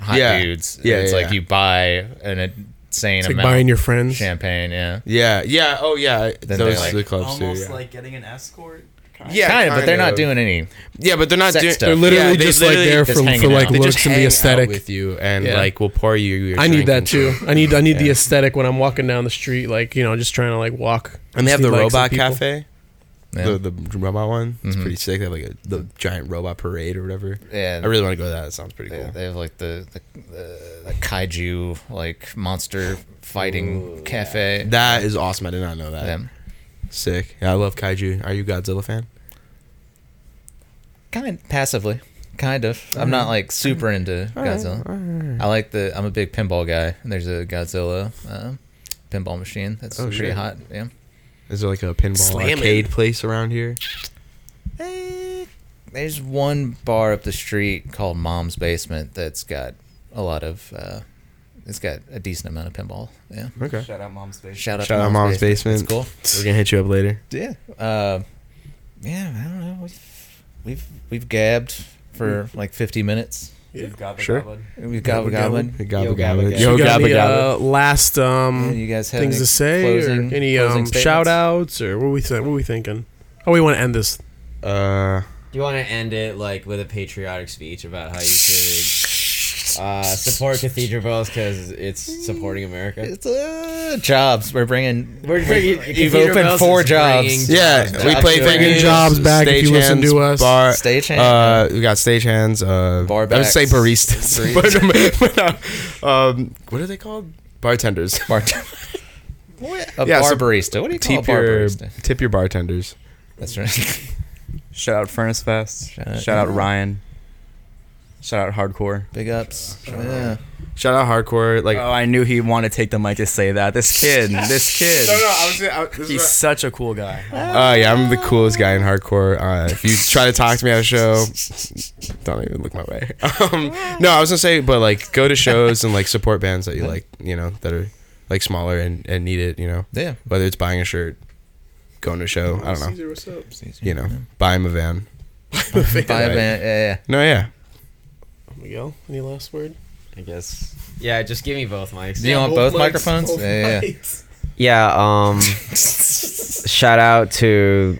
[SPEAKER 1] hot
[SPEAKER 6] Yeah.
[SPEAKER 1] dudes. And
[SPEAKER 6] Yeah,
[SPEAKER 1] it's
[SPEAKER 6] yeah,
[SPEAKER 1] like
[SPEAKER 6] yeah.
[SPEAKER 1] you buy an insane
[SPEAKER 4] It's like
[SPEAKER 1] amount
[SPEAKER 4] buying your
[SPEAKER 1] of
[SPEAKER 4] friends.
[SPEAKER 1] champagne. Yeah,
[SPEAKER 6] yeah, yeah, oh yeah,
[SPEAKER 1] Then
[SPEAKER 6] those
[SPEAKER 1] they, like,
[SPEAKER 6] are the clubs too.
[SPEAKER 7] Almost
[SPEAKER 6] Yeah.
[SPEAKER 7] like getting an escort. kind of.
[SPEAKER 6] yeah,
[SPEAKER 1] kind of, but they're not
[SPEAKER 6] of.
[SPEAKER 1] doing any.
[SPEAKER 6] Yeah, but they're not
[SPEAKER 1] Sex
[SPEAKER 6] doing.
[SPEAKER 1] stuff.
[SPEAKER 4] They're literally
[SPEAKER 6] Yeah, they
[SPEAKER 4] just
[SPEAKER 6] literally
[SPEAKER 4] like there
[SPEAKER 1] just
[SPEAKER 4] for,
[SPEAKER 1] hanging
[SPEAKER 4] for like
[SPEAKER 1] out. They
[SPEAKER 6] They
[SPEAKER 4] looks
[SPEAKER 6] just
[SPEAKER 4] and
[SPEAKER 6] hang
[SPEAKER 4] the
[SPEAKER 6] out
[SPEAKER 4] aesthetic.
[SPEAKER 6] with you, and
[SPEAKER 1] Yeah.
[SPEAKER 6] like we'll pour you. Your
[SPEAKER 4] I need
[SPEAKER 6] drink
[SPEAKER 4] that
[SPEAKER 6] and
[SPEAKER 4] too.
[SPEAKER 6] shit.
[SPEAKER 4] I need I need the aesthetic when I'm walking down the street, like you know, just trying to like walk.
[SPEAKER 6] And they have
[SPEAKER 4] See
[SPEAKER 6] the
[SPEAKER 4] likes of
[SPEAKER 6] robot
[SPEAKER 4] people.
[SPEAKER 6] cafe,
[SPEAKER 1] Yeah,
[SPEAKER 6] the the robot one. It's
[SPEAKER 1] Mhm.
[SPEAKER 6] pretty sick. They have like a, the giant robot parade or whatever.
[SPEAKER 1] yeah
[SPEAKER 6] I really want to go to that. It sounds pretty
[SPEAKER 1] they,
[SPEAKER 6] cool.
[SPEAKER 1] they have like the the, the, the kaiju like monster fighting cafe.
[SPEAKER 6] That is awesome. I did not know that.
[SPEAKER 1] Them.
[SPEAKER 6] Sick. Yeah, I love kaiju. Are you a Godzilla fan?
[SPEAKER 1] kind passively kind of i'm not like super into godzilla i like the i'm a big pinball guy and there's a godzilla uh, pinball machine that's
[SPEAKER 6] Oh,
[SPEAKER 1] pretty
[SPEAKER 6] shit.
[SPEAKER 1] hot yeah
[SPEAKER 6] Is there like a pinball
[SPEAKER 4] Slam it.
[SPEAKER 6] arcade place around here?
[SPEAKER 1] Eh, there's one bar up the street called mom's basement that's got a lot of uh, it's got a decent amount of pinball yeah
[SPEAKER 6] Okay.
[SPEAKER 7] Shout out mom's face.
[SPEAKER 1] shout out
[SPEAKER 6] Shout
[SPEAKER 1] to
[SPEAKER 6] out
[SPEAKER 1] mom's,
[SPEAKER 6] Mom's
[SPEAKER 1] basement.
[SPEAKER 6] Basement. We're gonna hit you up later.
[SPEAKER 1] it's cool yeah uh, yeah i don't know we've we've, we've gabbed
[SPEAKER 6] Mm.
[SPEAKER 1] for like 50 minutes
[SPEAKER 6] Sure.
[SPEAKER 1] we've gobbled
[SPEAKER 4] Gabba
[SPEAKER 1] gobbled
[SPEAKER 6] gabba.
[SPEAKER 1] Yo,
[SPEAKER 6] Gabba
[SPEAKER 1] gabba.
[SPEAKER 6] Yo,
[SPEAKER 4] You got
[SPEAKER 6] gabba
[SPEAKER 4] any
[SPEAKER 6] gabba.
[SPEAKER 4] uh, last
[SPEAKER 1] Yeah,
[SPEAKER 4] um,
[SPEAKER 1] you guys have
[SPEAKER 4] things
[SPEAKER 1] any
[SPEAKER 4] to say
[SPEAKER 1] closing-
[SPEAKER 4] or any
[SPEAKER 1] closing
[SPEAKER 4] um,
[SPEAKER 1] statements?
[SPEAKER 4] shout outs or what were we th- what were we thinking? Oh, we want to end this.
[SPEAKER 6] Uh,
[SPEAKER 5] Do you want to end it like with a patriotic speech about how you should Uh, support Cathedral Bells because it's supporting America.
[SPEAKER 1] It's uh, jobs. We're bringing.
[SPEAKER 5] We're bringing-
[SPEAKER 1] You've
[SPEAKER 5] Cathedral
[SPEAKER 1] opened
[SPEAKER 5] Bells
[SPEAKER 1] four
[SPEAKER 5] is
[SPEAKER 1] jobs.
[SPEAKER 5] bringing-
[SPEAKER 6] Yeah, we
[SPEAKER 1] Jobs
[SPEAKER 6] play
[SPEAKER 1] back.
[SPEAKER 6] venues,
[SPEAKER 4] Jobs back if you listen
[SPEAKER 6] stagehands,
[SPEAKER 4] to us.
[SPEAKER 6] Bar,
[SPEAKER 1] Stagehand.
[SPEAKER 6] Uh, we got stagehands. Uh,
[SPEAKER 1] Bar
[SPEAKER 6] I would say
[SPEAKER 1] backs.
[SPEAKER 6] baristas. but, but, uh, um, what are they called? Bartenders.
[SPEAKER 1] Bar- a
[SPEAKER 6] Yeah,
[SPEAKER 1] bar
[SPEAKER 6] so
[SPEAKER 1] barista. What do you call a
[SPEAKER 6] tip
[SPEAKER 1] bar
[SPEAKER 6] your
[SPEAKER 1] barista?
[SPEAKER 6] tip your bartenders.
[SPEAKER 1] That's right.
[SPEAKER 7] Shout out Furnace Fest.
[SPEAKER 1] Shout
[SPEAKER 7] Shout
[SPEAKER 1] out-
[SPEAKER 7] out, Ryan. Shout out Hardcore.
[SPEAKER 1] Big ups. Yeah.
[SPEAKER 6] Shout out hardcore. Like
[SPEAKER 7] Oh, I knew he wanted to take the mic to say that. This kid, this kid.
[SPEAKER 6] I was. I, this
[SPEAKER 7] He's such a cool guy.
[SPEAKER 6] Uh, yeah, I'm the coolest guy in hardcore. Uh, if you try to talk to me at a show, don't even look my way. Um, no, I was gonna say, but like, go to shows and like support bands that you like, you know, that are like smaller and, and need it, you know,
[SPEAKER 1] Yeah.
[SPEAKER 6] whether it's buying a shirt, going to a show, I don't know,
[SPEAKER 4] Caesar, what's up?
[SPEAKER 6] you know, buy him a van.
[SPEAKER 1] Buy a band. Yeah, yeah.
[SPEAKER 6] No, yeah,
[SPEAKER 4] Miguel, any last word?
[SPEAKER 5] I guess. Yeah, just give me both mics.
[SPEAKER 1] Do you want both microphones? Yeah, yeah, yeah.
[SPEAKER 5] Yeah, um shout out to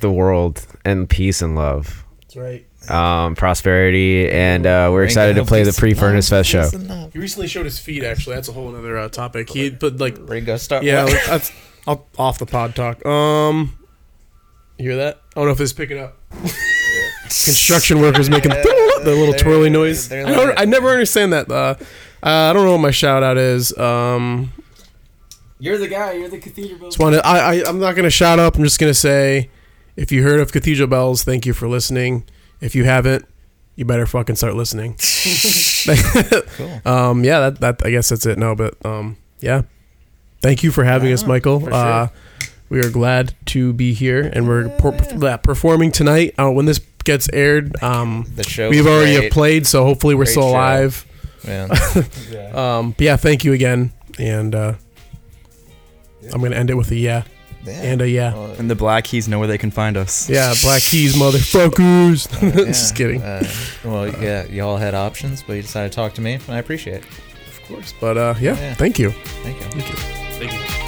[SPEAKER 5] the world and peace and love.
[SPEAKER 4] That's right.
[SPEAKER 5] Um prosperity and uh we're excited to play the pre-furnace fest show.
[SPEAKER 4] He recently showed his feet. Actually, that's a whole other uh, topic. He put like
[SPEAKER 1] Ringo Starr.
[SPEAKER 4] yeah, like, that's I'll, off the pod talk. Um, you hear that? I don't know if this is picking up. Construction workers making the little twirly noise. I,
[SPEAKER 1] they're
[SPEAKER 4] don't,
[SPEAKER 1] like-
[SPEAKER 4] I never understand that. Uh, uh, I don't know what my shout out is. Um,
[SPEAKER 5] You're the guy, you're the cathedral.
[SPEAKER 4] just wanted, I, I I'm not gonna shout up. I'm just gonna say, if you heard of Cathedral Bells, thank you for listening. If you haven't, you better fucking start listening.
[SPEAKER 1] Cool.
[SPEAKER 4] Um, yeah, that, that I guess that's it. No, but um, yeah, thank you for having us, Michael. Uh, we are glad to be here, and we're per- uh, performing tonight. Uh, when this gets aired, um,
[SPEAKER 1] The show.
[SPEAKER 4] we've
[SPEAKER 1] was
[SPEAKER 4] already
[SPEAKER 1] great.
[SPEAKER 4] played, so hopefully we're
[SPEAKER 1] Great
[SPEAKER 4] still
[SPEAKER 1] show.
[SPEAKER 4] alive.
[SPEAKER 1] Yeah.
[SPEAKER 4] Um, but yeah, thank you again, and uh, I'm gonna end it with a yeah and uh, a yeah.
[SPEAKER 1] Well,
[SPEAKER 7] And the Black Keys know where they can find us.
[SPEAKER 4] Yeah, Black Keys, motherfuckers.
[SPEAKER 1] yeah.
[SPEAKER 4] Just kidding.
[SPEAKER 1] Uh, well, yeah, y'all had options, but you decided to talk to me, and I appreciate it.
[SPEAKER 4] Of course. But uh, yeah,
[SPEAKER 1] Yeah.
[SPEAKER 4] thank you.
[SPEAKER 1] Thank you.
[SPEAKER 4] Thank you. Thank you.